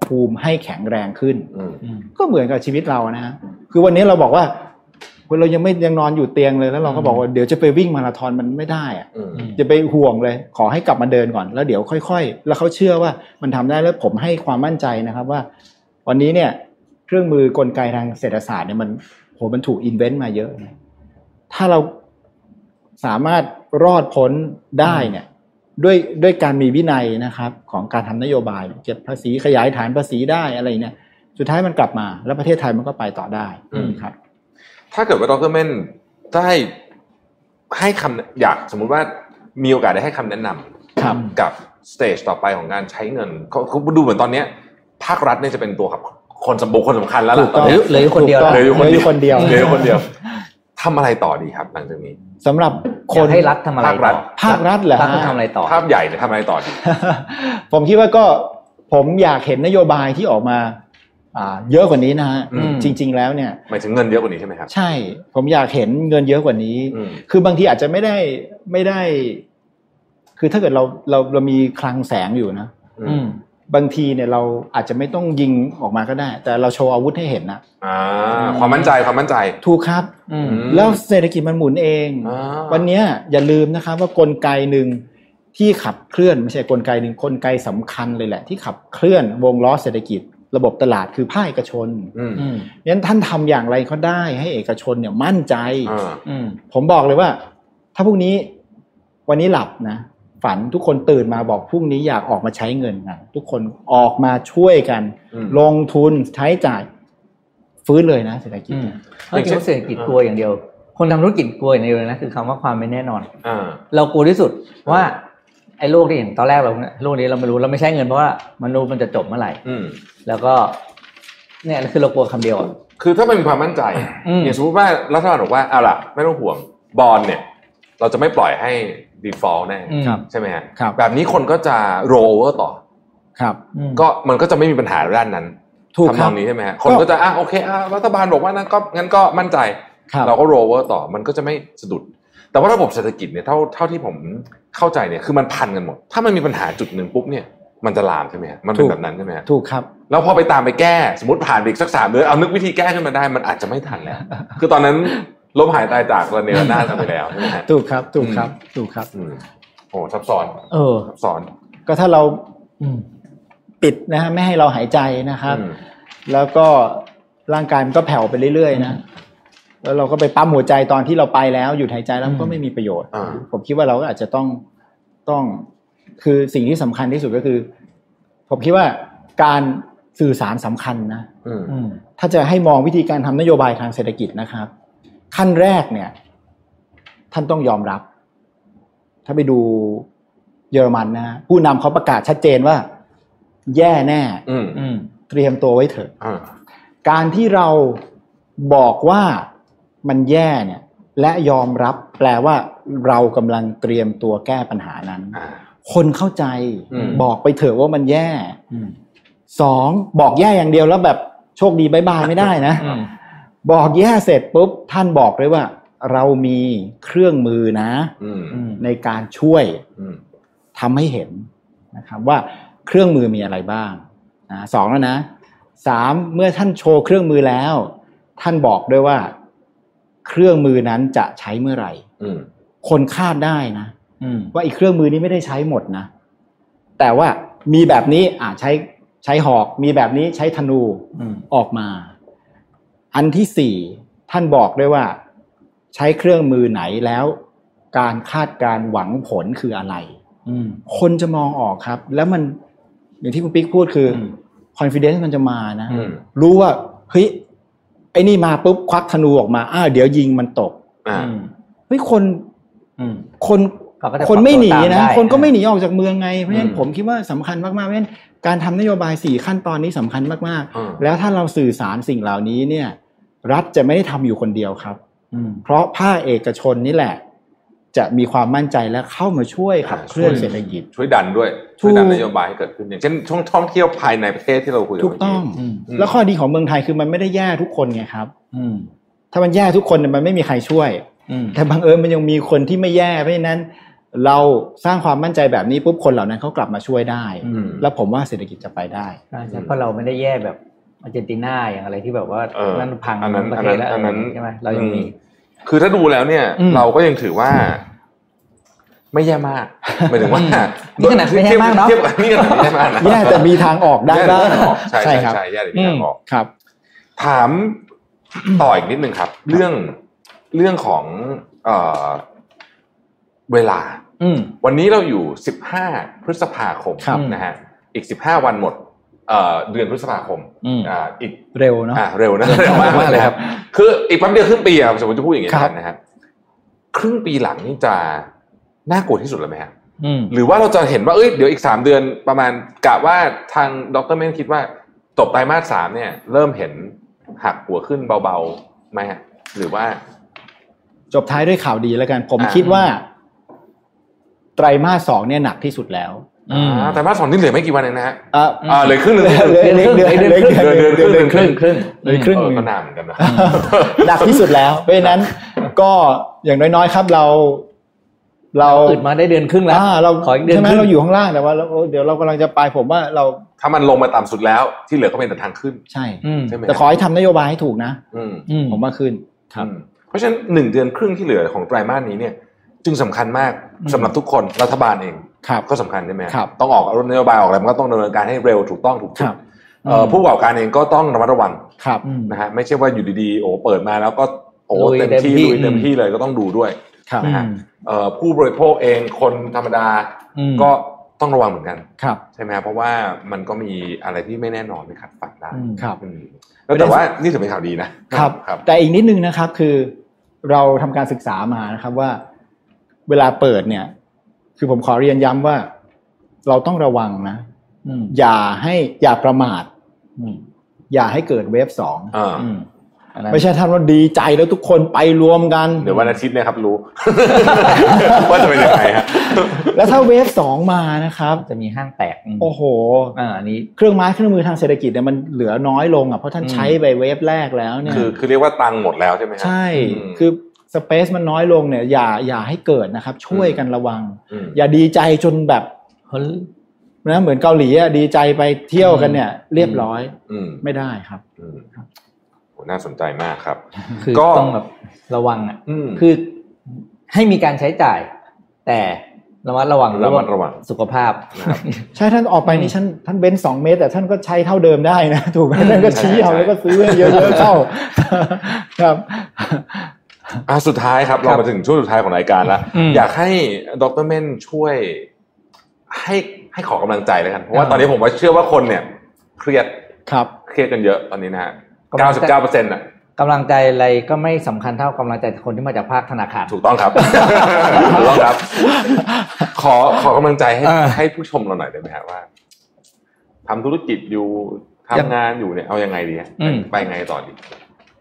S3: ภูมิให้แข็งแรงขึ้น
S2: อืม
S4: อืม
S3: ก็เหมือนกับชีวิตเรานะฮะคือวันนี้เราบอกว่าเฮ้ยเรายังไม่ยังนอนอยู่เตียงเลยแล้วเราก็บอกว่าเดี๋ยวจะไปวิ่งมาราธอนมันไม่ได้อะ
S2: อืม
S3: จะไปห่วงเลย ขอให้กลับมาเดินก่อนแล้วเดี๋ยวค่อยๆ แล้วเขาเชื่อว่ามันทำได้แล้วผมให้ความมั่นใจนะครับว่า วันนี้เนี่ยเครื่องมือกลไกทางเศรษฐศาสตร์เนี่ยมันโหมันถูกอินเวนต์มาเยอะนะถ้าเราสามารถรอดพ้นได้เนี่ยด้วยด้วยการมีวินัยนะครับ ของการทำนโยบายเก็บภาษีขยายฐานภาษีได้อะไรเนี่ย สุดท้ายมันกลับมาแล้วประเทศไทยมันก็ไปต่อได้
S2: อืม
S3: ครับ
S2: ถ้าเกิดว่าดรเม่นได้ให้คำอยากสมมุติว่ามีโอกาสได้ให้คำแนะนำ
S3: ครับ
S2: กับสเตจต่อไปของการใช้เงินเขาเขาดูเหมือนตอนเนี้ยภาครัฐเนี่ยจะเป็นตัวขับคนสมบูคนสำคัญแล้วล่ะตอน
S4: หรื
S2: นี้
S4: อหรือคนเดียว
S3: ถูกต้ง
S2: ห
S4: ล่ะ
S2: รือคน
S3: ห
S2: เดี
S3: รื
S2: ยว
S3: คนเดียว
S2: เหลืออยู่คนเดียวทำอะไรต่อดีครับ หลังจากนี้
S3: สำหรับ
S4: ค
S3: คน น
S4: ให้รัฐทำอะไร
S2: ภาครั
S4: ต่
S2: ฐ
S4: อ
S3: ภาครัฐเหรอฮะ
S4: รัฐต้องทำอะไรต่อ
S2: ภาพใหญ่เนี่ยทำอะไรต่อดี
S3: ผมคิดว่าก็ผมอยากเห็นนโยบายที่ออกมาอ่าเยอะกว่านี้นะฮะ
S2: อืม
S3: จริง ๆ แล้วเนี่ย
S2: หมายถึงเงินเยอะกว่านี้ใช่ไหมครับ
S3: ใช่ผมอยากเห็นเงินเยอะกว่านี้
S2: อืม
S3: คือบางทีอาจจะไม่ได้ไม่ได้ คือถ้าเกิดเราเราเรามีคลังแสงอยู่นะ
S4: อืม
S3: บางทีเนี่ยเราอาจจะไม่ต้องยิงออกมาก็ได้ แต่เราโชว์อาวุธให้เห็นนะ
S2: อ่าความมั่นใจความมั่นใจ
S3: ถูกครับ
S4: อืม
S2: ม
S3: แล้วเศรษฐกิจมันหมุนเอง
S2: อ่า
S3: วันเนี้ยอย่าลืมนะครับว่ากลไกหนึ่งที่ขับเคลื่อนไม่ใช่กลไกหนึ่งกลไกสำคัญเลยแหละ ที่ขับเคลื่อนวงล้อเศรษฐกิจ ระบบตลาดคือภาคเอกชน
S2: อืม
S4: อืม
S3: งั้นท่านทำอย่างไรก็ได้ให้เอกชนเนี่ยมั่นใจ
S2: อ่า
S4: อืม
S3: ผมบอกเลยว่า ถ้าพรุ่งนี้วันนี้หลับนะ ฝันทุกคนตื่นมาบอกพรุ่งนี้อยากออกมาใช้เงินนะทุกคนออกมาช่วยกัน
S2: อืม
S3: ลงทุนใช้จ่ายฟื้นเลยนะเศรษฐกิจ
S4: อืมเอาจริงว่าเศรษฐกิจกลัวอย่างเดียว คนทำธุรกิจกลัวอย่างเดียวเลยนะคือคำว่าความไม่แน่นอน
S2: อ่า
S4: เรากลัวที่สุดว่าไอ้โลกที่อย่างตอนแรกเราเนี่ยโลกนี้เราไม่รู้เราไม่ใช่เงินเพราะว่ามันรู้มันจะจบเมื่อไหร่
S2: อืม
S4: แล้วก็ เนี่ยคือเรากลัวคำเดียวอะ
S2: คือถ้ามันมีความมั่นใจอะ
S4: อืม
S2: อย่างสมมติว่ารัฐบาลบอกว่าเอาล่ะ ไม่ต้องห่วงบอลเนี่ย เราจะไม่ปล่อยให้ default แน่
S4: อืม
S3: ครับ
S2: ใช่ไหมฮะ
S3: ครับ
S2: แบบนี้คนก็จะ roll over ต่อ
S3: ครับ
S4: อืม
S2: ก็มันก็จะไม่มีปัญหาด้านนั้น
S3: ถูก
S2: ทำ
S3: คนรั
S2: อบ งนี้ใช่ไหมฮะคนก็จะอ่ะโอเคอ่ะรัฐบาลบอกว่านั้นก็งั้นก็มั่นใจ
S3: ครับ
S2: เราก็ roll over ต่อมันก็จะไม่สะดุด แต่ว่าระบบเศรษฐกิจเนี่ยเท่าเท่าที่ผมเข้าใจเนี่ยคือมันพันกันหมด ถ้ามันมีปัญหาจุดหนึ่งปุ๊บเนี่ยมันจะลามใช่ไหมฮะมันเป็น
S3: ถูก
S2: แบบนั้นใช่ไหมฮะ
S3: ถูกครับ
S2: แล้วพอไปตามไปแก้ สมมติผ่านไปอีกสักสามเดือนเอานึกวิธีแก้ขึ้นมาได้มันอาจจะไม่ทันแล้ว คือตอนนั้นลมหายตายจากระเนระนาดกันไปแล้วใช่ไหมฮะ
S3: ถูกครับ ถูกครับ
S2: อืม
S3: ถูกครับ
S2: อืมโอ้ซับซ้อน
S4: เออ
S2: ซับซ้อน
S3: ก็ถ้าเรา
S4: อืม
S3: ปิดนะฮะไม่ให้เราหายใจนะครับ
S2: อืม
S3: แล้วก็ร่างกายมันก็แผ่วไปเรื่อยๆนะ
S4: อืม
S3: แล้วเราก็ไปปั๊มหัวใจตอนที่เราไปแล้วหยุดหายใจแล้วมัน
S4: อื
S3: ก็
S4: ม
S3: ไม่มีประโยชน์
S2: อ่า
S3: ผมคิดว่าเราก็อาจจะต้องต้อง คือสิ่งที่สำคัญที่สุดก็คือ ผมคิดว่าการสื่อสารสำคัญนะ
S2: อืม
S4: อืม
S3: ถ้าจะให้มองวิธีการทำนโยบายทางเศรษฐกิจนะครับ ขั้นแรกเนี่ย ท่านต้องยอมรับ ถ้าไปดูเยอรมันนะฮะผู้นำเขาประกาศชัดเจนว่า แย่แน่
S2: อืม
S4: อืม
S3: เตรียมตัวไว้เถอะ
S2: อ่า
S3: การที่เราบอกว่ามันแย่เนี่ย และยอมรับแปลว่าเรากำลังเตรียมตัวแก้ปัญหานั้น
S2: อ่า
S3: คนเข้าใจ
S2: อืม
S3: บอกไปเถอะว่ามันแย่
S4: อืม
S3: สองบอกแย่อย่างเดียวแล้วแบบโชคดีบายบายไม่ได้นะ
S4: อืม
S3: บอกแย่เสร็จปุ๊บ ท่านบอกเลยว่า เรามีเครื่องมือนะ
S2: อืม
S4: อืม
S3: ในการช่วย
S2: อืม
S3: ทำให้เห็นนะครับว่าเครื่องมือมีอะไรบ้างนะสองแล้วนะสามเมื่อท่านโชว์เครื่องมือแล้ว ท่านบอกด้วยว่า เค เครื่องมือนั้นจะใช้เมื่อไหร่
S2: อืม
S3: คนคาดได้นะ
S4: อืม
S3: ว่าอีกเครื่องมือนี้ไม่ได้ใช้หมดนะ แต่ว่ามีแบบนี้อ่าใช้ใช้หอก มีแบบนี้ใช้ธนู
S4: อืม
S3: ออกมา อันที่สี่ท่านบอกด้วยว่า ใช้เครื่องมือไหนแล้ว การคาดการณ์หวังผลคืออะไร
S4: อืม
S3: คนจะมองออกครับ แล้วมันอย่างที่คุณปิ๊กพูดคืออ
S4: ม
S3: confidence มันจะมานะ
S2: อืม
S3: รู้ว่าเฮ้ยไอ้นี่มาปุ๊บควักธนูออกมาอ้าวเดี๋ยวยิงมันตก
S2: อ่า
S4: อืม
S3: เฮ้ยคน
S4: อืม
S3: คน
S4: เขาก็จะ
S3: คนไม่หนี
S4: ปรับตัวตาม
S3: นะ
S4: ได้
S3: คนก็ไม่หนีออกจากเมืองไงเพราะฉะนั้
S2: อื
S3: น
S2: ม
S3: ผมคิดว่าสำคัญมากๆเพราะฉะนั้นการทำนโยบายสี่ขั้นตอนนี้สำคัญมาก
S2: อืม
S3: ๆ แล้วถ้าเราสื่อสารสิ่งเหล่านี้เนี่ย รัฐจะไม่ได้ทำอยู่คนเดียวครับ
S4: อืม
S3: เพราะภาคเอกชนนี่แหละ จะมีความมั่นใจและเข้ามาช่วยขับเคลื่อนเศรษฐกิจ
S2: ช่วยดันด้วย ช่วยดัน
S3: ถูก
S2: นโยบายให้เกิดขึ้นอย่างเช่นช่วงท่องเที่ยวภายในประเทศที่เราคุยกัน
S3: ถูกต้อง
S4: อืม
S3: แล้วข้อดีของเมืองไทยคือมันไม่ได้แย่ทุกคนไงครับ
S4: อืม
S3: ถ้ามันแย่ทุกคนเนี่ยมันไม่มีใครช่วย
S4: อืม
S3: แต่บังเอิญมันยังมีคนที่ไม่แย่เพราะฉะนั้น เราสร้างความมั่นใจแบบนี้ปุ๊บคนเหล่านั้นเขากลับมาช่วยได้
S2: อืม
S3: แล้วผมว่าเศรษฐกิจจะไปได้
S4: ใช่ใช่เพราะเราไม่ได้แย่แบบอาร์เจนตินาอย่างอะไรที่แบบว่า
S2: เออ
S4: นั่นพัง
S2: อันนั้น
S4: ประเทศแล้ว
S2: อันนั้น
S4: ใช่ไหมเรายังมี
S2: คือถ้าดูแล้วเนี่ย
S4: อืม
S2: เราก็ยังถือว่า ไม่แย่มากหมายถึงว่า
S4: อืมนี่ขนาดไม่แย่มากเนอะ
S2: เทียบกับนี่ขนาดไม่แย่มากนะ
S3: แย่แต่มีทางออกได้
S2: แย่แต่มีทาง
S3: บ้าง
S2: ออกใช่ใช่
S3: ครับ
S2: ใช่แย่แต่มีทางออก
S3: ครับ
S2: ถามต่ออีกนิดหนึ่งครับ เรื่องเรื่องของเอ่อเวลา
S4: อืม
S2: วันนี้เราอยู่ 15 พฤษภาคม
S3: ครับ
S2: นะฮะอีก 15 วันหมดเอ่อเดือนพฤษภาคม
S4: อืม
S2: อ่าอีก
S3: เร็วเนาะ
S2: อ่ะเร็วนะเร็วมาก
S4: มาก
S2: เล
S4: เลยย
S2: ค
S4: ครั
S2: รับ
S4: บ
S2: คืออีกแป๊บเดียวครึ่งปีอะสมมติจะพูดอย่างนี้
S3: ครับ
S2: นะครับครึ่งปีหลังนี่จะน่ากลัวที่สุดแล้วไหมฮะ
S4: อืม
S2: หรือว่าเราจะเห็นว่าเอ้ยเดี๋ยวอีกสามเดือนประมาณกะว่าทางดรเมนคิดว่าจบไตรมาสสามเนี่ย เริ่มเห็นหักหัวขึ้นเบาๆไหมฮะหรือว่า
S3: จบท้ายด้วยข่าวดีแล้วกัน ผม
S2: อ่า
S3: คิดว่า ไตรมาสสองเนี่ยหนักที่สุดแล้ว
S4: อืม
S2: อ่าไตรมาสสองนี่เหลือไม่กี่วันเองนะฮะ
S3: เอ่อ
S2: อ่าเหลือครึ่งหนึ่ง
S3: เหลือ ดืน
S4: เดือนครึ่ง
S3: เดือน
S2: เดือนครึ่งเดือนค
S4: ค
S2: รึ่ง
S4: รึ่งครึ่ง
S3: เหลือ
S2: เออ
S3: ครึ่งหนึ่ง
S2: ก็นานเหมือนกันนะ
S3: หนักที่สุดแล้ว เพราะฉะนั้นก็อย่างน้อยๆครับเรา เรา
S4: อึดมาได้เดือนครึ่งแล้ว
S3: อ่าเรา
S4: ขออีกเดือน
S3: ใช่ไหม
S4: ครึ่ง
S3: เราอยู่ข้างล่างแต่ว่าเราเดี๋ยวเรากำลังจะไปผมว่าเรา
S2: ถ้ามันลงมาต่ำสุดแล้ว ที่เหลือก็เป็นแต่ทางขึ้น
S3: ใช่
S4: อืม
S2: ใช่ไหมฮะ
S3: แต่ขอให้ทำนโยบายให้ถูกนะ
S2: อืม
S4: อืม
S3: ผมว่าขึ้น ครับ
S2: อืมเพราะฉะนั้นหนึ่งเดือนครึ่งที่เหลือของไตรมาสนี้เนี่ย จึงสำคัญมาก
S4: อืม
S2: สำหรับทุกคนรัฐบาลเอง
S3: ครับ
S2: ก็สำคัญใช่ไหม
S3: ครับ
S2: ต้องออกนโยบายออกอะไรมันก็ต้องดำเนินการให้เร็วถูกต้องถูกจุ
S3: ครั
S2: ด
S3: บ
S2: เอ่อผู้ประกอบการเองก็ต้องระมัดระวัง
S3: ครับ
S4: อืม
S2: นะฮะไม่ใช่ว่าอยู่ดีๆโอ้เปิดมาแล้วก็โอ้
S4: ลุย
S2: เต็มที่ลุยเต็
S4: เต็มที่
S2: ม
S4: อืม
S2: ที่เลยก็ต้องดูด้วย
S3: ครับ
S2: นะฮะเอ่อผู้บริโภคเองคนธรรมดา
S4: อืม
S2: ก็ต้องระวังเหมือนกัน
S3: ครับ
S2: ใช่ไหมฮะเพราะว่ามันก็มีอะไรที่ไม่แน่นอนไม่คาดฝันได้
S4: อืม
S3: ครับ
S2: อืมแล้วแต่ว่านี่ถือเป็นข่าวดีนะครับ ครับ
S3: แต่อีกนิดนึงนะครับคือเราทำการศึกษามานะครับว่า เวลาเปิดเนี่ย คือผมขอเรียนย้ำว่า เราต้องระวังนะ
S4: อืม
S3: อย่าให้อย่าประมาท
S4: อืม
S3: อย่าให้เกิดเวฟสอง
S2: อ่า
S4: อืมอันนั้น
S3: ไม่ใช่ท่านว่าดีใจแล้วทุกคนไปรวมกัน
S2: เดี๋ยววันอาทิตย์เนะครับรู้ ว่าจะเป็นยังไงฮะ
S3: แล้วถ้าเวฟสองมานะครับ
S4: จะมีห้างแตกม
S3: โอ้โห
S4: อ่าอันนี้
S3: เครื่องไม้เครื่องมือทางเศรษฐกิจเนี่ยมันเหลือน้อยลงอ่ะเพราะท่าน
S4: อืม
S3: ใช้ไปเวฟแรกแล้วเนี่ย
S2: คือคือเรียกว่าตังค์หมดแล้วใช่ไหมฮะ
S3: ใช่
S2: อืม
S3: คือสเปซมันน้อยลงเนี่ยอย่าอย่าให้เกิดนะครับ ช่วย
S2: อืม
S3: กันระวัง
S2: อืม
S3: อย่าดีใจจนแบบ
S4: เฮ้ย
S3: นะเหมือนเกาหลีอะดีใจไปเที่ยวกันเนี่ย เรียบร้อย
S2: อืม
S3: ไม่ได้ครับ
S2: อืมโหน่าสนใจมากครับ
S4: คือ
S2: ก็
S4: ต้องแบบระวังอ่ะ
S2: อืม
S4: คือให้มีการใช้จ่าย แต่ระมัดระวัง
S2: ระมัดระวัง
S4: สุขภาพ
S3: ใช่ท่านออกไปนี่ท่านท่านเบนสองเมตร แต่ท่านก็ใช้เท่าเดิมได้นะ ถูกไหมท่านก็ชี้เอา
S2: ใช่
S3: แล้วก็ซื้อให้เยอะๆเข้า ครับ
S2: อ่ะสุดท้ายครับ
S4: ครั
S2: เรา
S4: บ
S2: มาถึงช่วงสุดท้ายของรายการแล้ว
S4: อืม
S2: อยากให้ดรเม่นช่วย ให้ให้ขอกำลังใจแล้วกัน เพราะว่า
S4: อ่า
S2: ตอนนี้ผมว่าเชื่อว่าคนเนี่ย เครียด
S3: ครับ
S2: เครียดกันเยอะตอนนี้นะฮะ
S4: กำลังใจ
S2: 99เปอร์เซ็นต์อ่ะ
S4: กำลังใจอะไรก็ไม่สำคัญเท่ากำลังใจคนที่มาจากภาคธนาคาร
S2: ถูกต้องครับ ถูกต้องครับ ขอขอกำลังใจให้
S4: อ่า
S2: ให้ผู้ชมเราหน่อยได้ไหมฮะว่าทำธุรกิจอยู่
S4: ยัง
S2: ทำงานอยู่เนี่ยเอายังไงดีฮะ
S4: อืม
S2: ไปยังไงต่อดี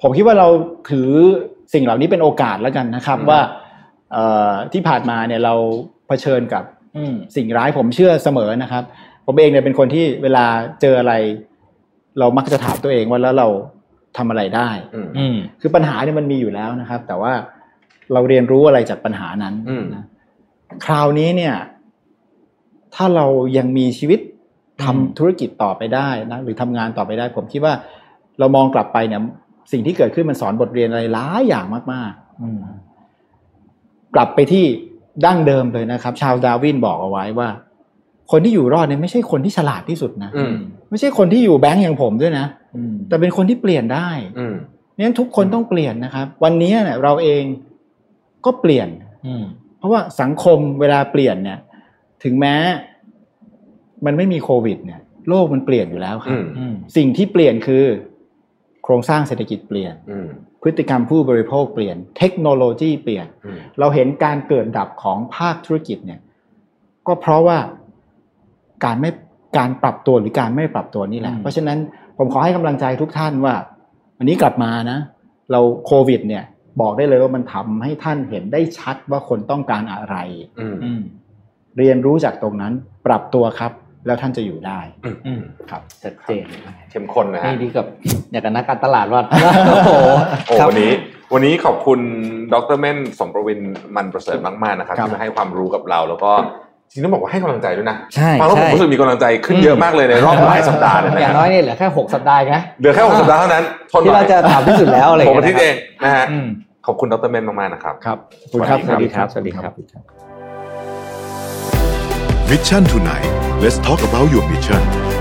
S3: ผมคิดว่าเราถือสิ่งเหล่านี้เป็นโอกาสแล้วกันนะครับ
S2: อืม
S3: ว่าเอ่อที่ผ่านมาเนี่ยเราเผชิญกับ
S4: อืม
S3: สิ่งร้ายผมเชื่อเสมอนะครับ ผมเองเนี่ยเป็นคนที่เวลาเจออะไร เรามักจะถามตัวเองว่าแล้วเราทำอะไรได้
S2: อืม
S4: อืม
S3: คือปัญหาเนี่ยมันมีอยู่แล้วนะครับ แต่ว่าเราเรียนรู้อะไรจากปัญหานั้น
S2: อืม
S3: นะคราวนี้เนี่ย ถ้าเรายังมีชีวิตทำ
S4: อืม
S3: ธุรกิจต่อไปได้นะหรือทำงานต่อไปได้ ผมคิดว่าเรามองกลับไปเนี่ย สิ่งที่เกิดขึ้นมันสอนบทเรียนอะไรหลายอย่างมากๆอืมกลับไปที่ดั้งเดิมเลยนะครับ ชาวดาร์วินบอกเอาไว้ว่า คนที่อยู่รอดเนี่ยไม่ใช่คนที่ฉลาดที่สุดนะ
S2: อืม
S3: ไม่ใช่คนที่อยู่แบงก์อย่างผมด้วยนะ แต่เป็นคนที่เปลี่ยนได้
S2: อืม
S3: เนี่ยทุกคนต้องเปลี่ยนนะครับ วันนี้เนี่ยเราเองก็เปลี่ยน
S4: อืม
S3: เพราะว่าสังคมเวลาเปลี่ยนเนี่ย ถึงแม้มันไม่มีโควิด เนี่ย โลกมันเปลี่ยนอยู่แล้วครั
S2: อื
S3: บ
S2: ม
S4: อืม
S3: สิ่งที่เปลี่ยนคือ โครงสร้างเศรษฐกิจเปลี่ยน
S2: อืม
S3: พฤติกรรมผู้บริโภคเปลี่ยน เทคโนโลยีเปลี่ยน
S2: อืม
S3: เราเห็นการเกิดดับของภาคธุรกิจเนี่ย ก็เพราะว่าการไม่การปรับตัวหรือการไม่ปรับตัวนี่แหละ
S4: อืม
S3: เพราะฉะนั้นผมขอให้กำลังใจทุกท่านว่าวันนี้กลับมานะ เราโควิด เนี่ย บอกได้เลยว่ามันทำให้ท่านเห็นได้ชัดว่าคนต้องการอะไร
S2: อืม
S4: อืม
S3: เรียนรู้จากตรงนั้นปรับตัวครับ แล้วท่านจะอยู่ได้
S4: อืม
S3: ครับ
S4: ชัดเจน
S2: เข้มข้นนะฮะ
S4: นี่ดีกับอยากกับนักการตลาดว่า
S2: โอ้วันนี้ วันนี้ขอบคุณดรเม่นสมประวินมันประเสริฐมากๆนะครับ
S3: ครับ
S2: ที่มาให้ความรู้กับเรา แล้วก็จริงๆต้องบอกว่าให้กำลังใจด้วยนะ
S4: ใช่
S2: ฟังแล้ว
S4: ใช่
S2: ผมรู้สึกมีกำลังใจขึ้นเยอะมากเลยในรอบหลายสัปดาห์เลย
S4: อย่าง
S2: นะ
S4: น้
S2: ฮะ
S4: อยเนี่ยเหลือแค่หกสัปดาห์เองนะ
S2: เหลือแค่หกสัปดาห์เท่านั้นทนห
S4: ที่
S2: น่อ
S4: เรา
S2: ย
S4: จะถามที่สุดแล้วอะไรอ
S2: ผ
S4: ย่าง
S2: มอา
S4: เงี้
S2: ทิต
S4: ย
S2: ย์เองนะฮะ
S4: อืม
S2: ขอบคุณดรเม่นมากๆนะครับ
S3: ครับ
S2: สวัสดีครับ
S4: สวัสดีครับ
S1: มิชชั่นทูไน let's talk about your mission